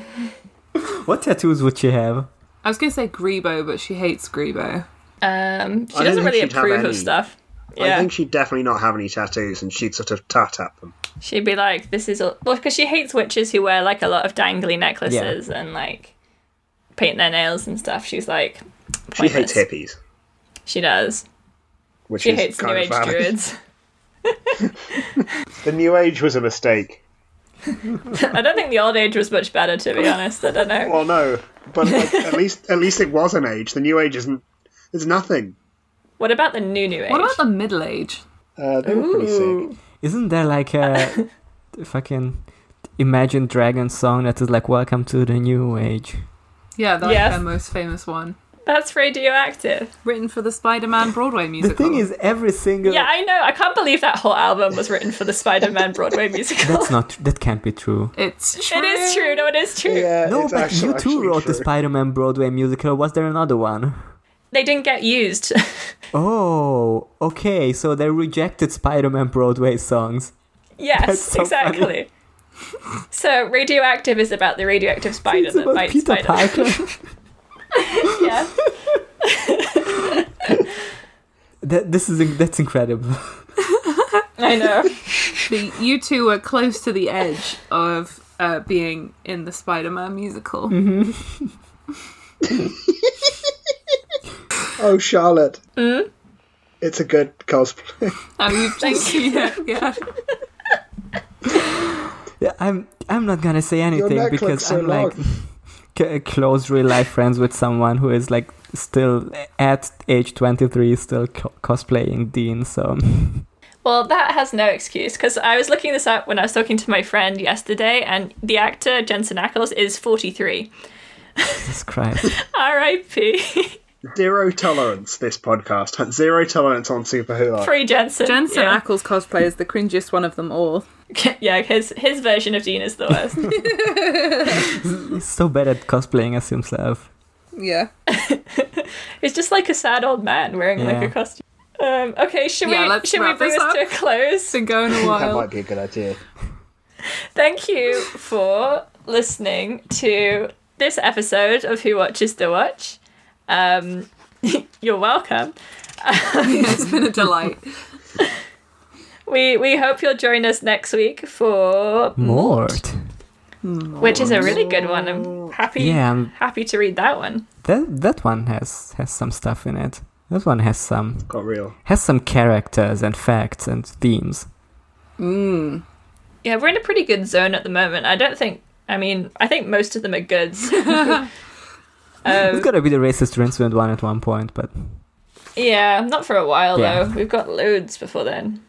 Speaker 3: What tattoos would she have?
Speaker 4: I was gonna say Grebo, but she hates Grebo.
Speaker 2: Um,
Speaker 5: I
Speaker 2: she doesn't
Speaker 5: don't think
Speaker 2: really
Speaker 5: she'd have
Speaker 2: approve
Speaker 5: any.
Speaker 2: of stuff.
Speaker 5: I
Speaker 2: Yeah,
Speaker 5: think she'd definitely not have any tattoos, and she'd sort of tut at them.
Speaker 2: she'd be like, "This is all." Well, because she hates witches who wear like a lot of dangly necklaces and like paint their nails and stuff. She's like,
Speaker 5: She hates
Speaker 2: Pointless.
Speaker 5: hippies,
Speaker 2: she does.
Speaker 5: which
Speaker 2: She
Speaker 5: is
Speaker 2: hates
Speaker 5: kind
Speaker 2: New
Speaker 5: of
Speaker 2: Age
Speaker 5: valid.
Speaker 2: druids.
Speaker 5: The New Age was a mistake.
Speaker 2: I don't think the old age was much better, to be honest. I don't know.
Speaker 5: Well, no, but like, at least at least it was an age. The New Age isn't. There's nothing.
Speaker 2: What about the new new age?
Speaker 4: What about the middle age?
Speaker 5: Uh, they were pretty sick.
Speaker 3: Isn't there like a fucking Imagine Dragon song that is like Welcome to the New Age?
Speaker 4: Yeah, that's
Speaker 2: Yes.
Speaker 4: their most famous one.
Speaker 2: That's radioactive.
Speaker 4: Written for the Spider-Man Broadway
Speaker 3: The
Speaker 4: musical.
Speaker 3: thing is, every single
Speaker 2: Yeah, I know. I can't believe that whole album was written for the Spider-Man Broadway musical.
Speaker 3: that's not that can't be true.
Speaker 4: it's true.
Speaker 2: it is true. No, it is true.
Speaker 5: Yeah,
Speaker 3: No,
Speaker 5: it's
Speaker 3: but
Speaker 5: actually-
Speaker 3: you too
Speaker 5: actually
Speaker 3: wrote the
Speaker 5: true.
Speaker 3: Spider-Man Broadway musical. Was there another one?
Speaker 2: They didn't get used.
Speaker 3: Oh, okay. So they rejected Spider-Man Broadway songs.
Speaker 2: yes,
Speaker 3: That's so
Speaker 2: exactly. So radioactive is about the radioactive spider
Speaker 3: It's
Speaker 2: that
Speaker 3: about
Speaker 2: bites
Speaker 3: Peter
Speaker 2: spiders.
Speaker 3: Parker.
Speaker 2: Yeah.
Speaker 3: that, this is in- that's incredible.
Speaker 2: I know.
Speaker 4: The, you two are close to the edge of uh, being in the Spider-Man musical.
Speaker 5: Oh, Charlotte. It's a good cosplay.
Speaker 4: Oh, you've just yeah, yeah.
Speaker 3: Yeah, I'm I'm not gonna say
Speaker 5: Your
Speaker 3: anything
Speaker 5: neck
Speaker 3: because
Speaker 5: looks so
Speaker 3: I'm
Speaker 5: long.
Speaker 3: like c- close real life friends with someone who is like still at age 23 still co- cosplaying Dean. So
Speaker 2: Well, that has no excuse because I was looking this up when I was talking to my friend yesterday, and the actor Jensen Ackles is forty-three.
Speaker 3: Jesus Christ.
Speaker 2: R.I.P.
Speaker 5: Zero tolerance. This podcast. Zero tolerance on Super Hula.
Speaker 2: Free Jensen.
Speaker 4: Jensen
Speaker 2: Yeah.
Speaker 4: Ackles cosplay is the cringiest one of them all.
Speaker 2: yeah, his his version of Dean is the worst.
Speaker 3: He's so bad at cosplaying as himself.
Speaker 4: Yeah.
Speaker 2: He's just like a sad old man wearing like
Speaker 3: Yeah.
Speaker 2: a costume. Um, okay, should
Speaker 4: Yeah,
Speaker 2: we
Speaker 4: let's
Speaker 2: should we
Speaker 4: wrap
Speaker 2: bring
Speaker 4: this
Speaker 2: this to a
Speaker 4: up. It's
Speaker 2: close?
Speaker 4: been going a
Speaker 5: That
Speaker 4: while.
Speaker 5: might be a good idea.
Speaker 2: Thank you for listening to this episode of Who Watches the Watch. Um, you're welcome.
Speaker 4: it's been a delight.
Speaker 2: We we hope you'll join us next week for
Speaker 3: Mort.
Speaker 2: which is a really good one. I'm happy
Speaker 3: Yeah, um,
Speaker 2: happy to read that one.
Speaker 3: that that one has has some stuff in it. That one has some
Speaker 5: Got real.
Speaker 3: has some characters and facts and themes.
Speaker 2: Yeah, we're in a pretty good zone at the moment. I don't think. I mean, I think most of them are goods.
Speaker 3: it's gotta be the racist Rincewind one at one point, but
Speaker 2: Yeah, not for a while
Speaker 3: Yeah.
Speaker 2: though. We've got loads before then.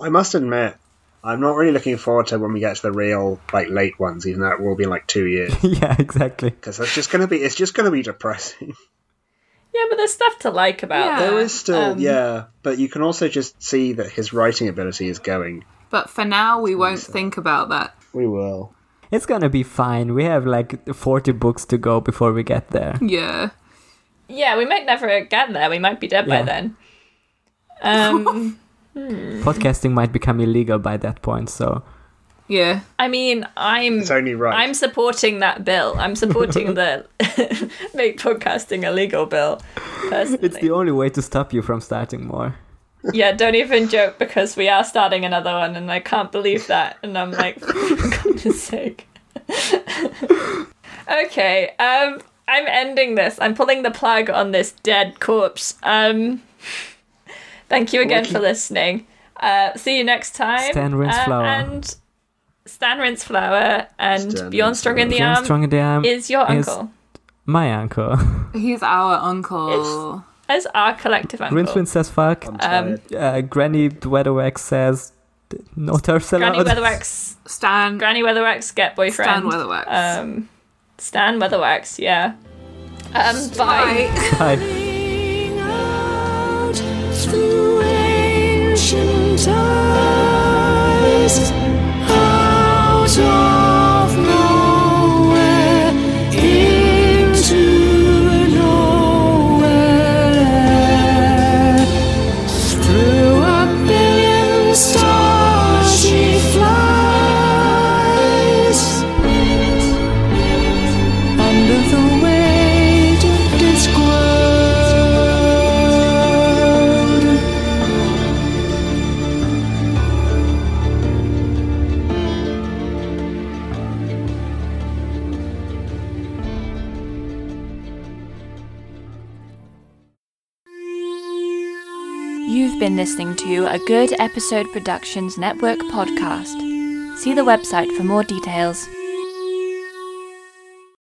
Speaker 5: I must admit, I'm not really looking forward to when we get to the real like late ones, even though it will be in, like two years,
Speaker 3: yeah, exactly.
Speaker 5: because that's just gonna be it's just gonna be depressing.
Speaker 2: Yeah, but there's stuff to like about
Speaker 4: Yeah.
Speaker 2: them.
Speaker 5: there is still
Speaker 2: um,
Speaker 5: yeah, but you can also just see that his writing ability is going.
Speaker 4: But for now, we won't think about that.
Speaker 5: We will.
Speaker 3: It's gonna be fine. We have like forty books to go before we get there.
Speaker 4: Yeah.
Speaker 2: Yeah, we might never get there. We might be dead
Speaker 3: Yeah.
Speaker 2: by then. Um,
Speaker 3: Podcasting might become illegal by that point, so
Speaker 4: Yeah.
Speaker 2: I mean, I'm
Speaker 5: It's only right.
Speaker 2: I'm supporting that bill. I'm supporting the make podcasting illegal bill. Personally,
Speaker 3: it's the only way to stop you from starting more.
Speaker 2: yeah. Don't even joke because we are starting another one, and I can't believe that. And I'm like, for goodness sake. okay, um, I'm ending this. I'm pulling the plug on this dead corpse. Um, thank you again for listening. Uh, see you next time.
Speaker 3: Stan Rinsflower.
Speaker 2: Uh, and Stan Rinsflower and
Speaker 5: Stan
Speaker 2: Beyond Strong in the
Speaker 3: Beyond
Speaker 2: Arm
Speaker 3: Strong in the Arm
Speaker 2: is your
Speaker 3: is-
Speaker 2: uncle.
Speaker 3: My uncle.
Speaker 4: He's our uncle.
Speaker 2: as our collective uncle.
Speaker 3: Rincewind says fuck.
Speaker 5: I'm tired.
Speaker 3: Uh, Granny Weatherwax says no turfs allowed.
Speaker 2: Granny Weatherwax,
Speaker 4: Stan.
Speaker 2: Granny Weatherwax, get boyfriend.
Speaker 4: Stan Weatherwax.
Speaker 2: Um, Stan Weatherwax, yeah. Um, bye.
Speaker 4: Bye.
Speaker 3: Hi.
Speaker 7: Ring out through ancient times, out of nowhere into nowhere. Through a billion stars she flies. Under the weight of this world.
Speaker 8: You've been listening to a Good Episode Productions Network podcast. See the website for more details.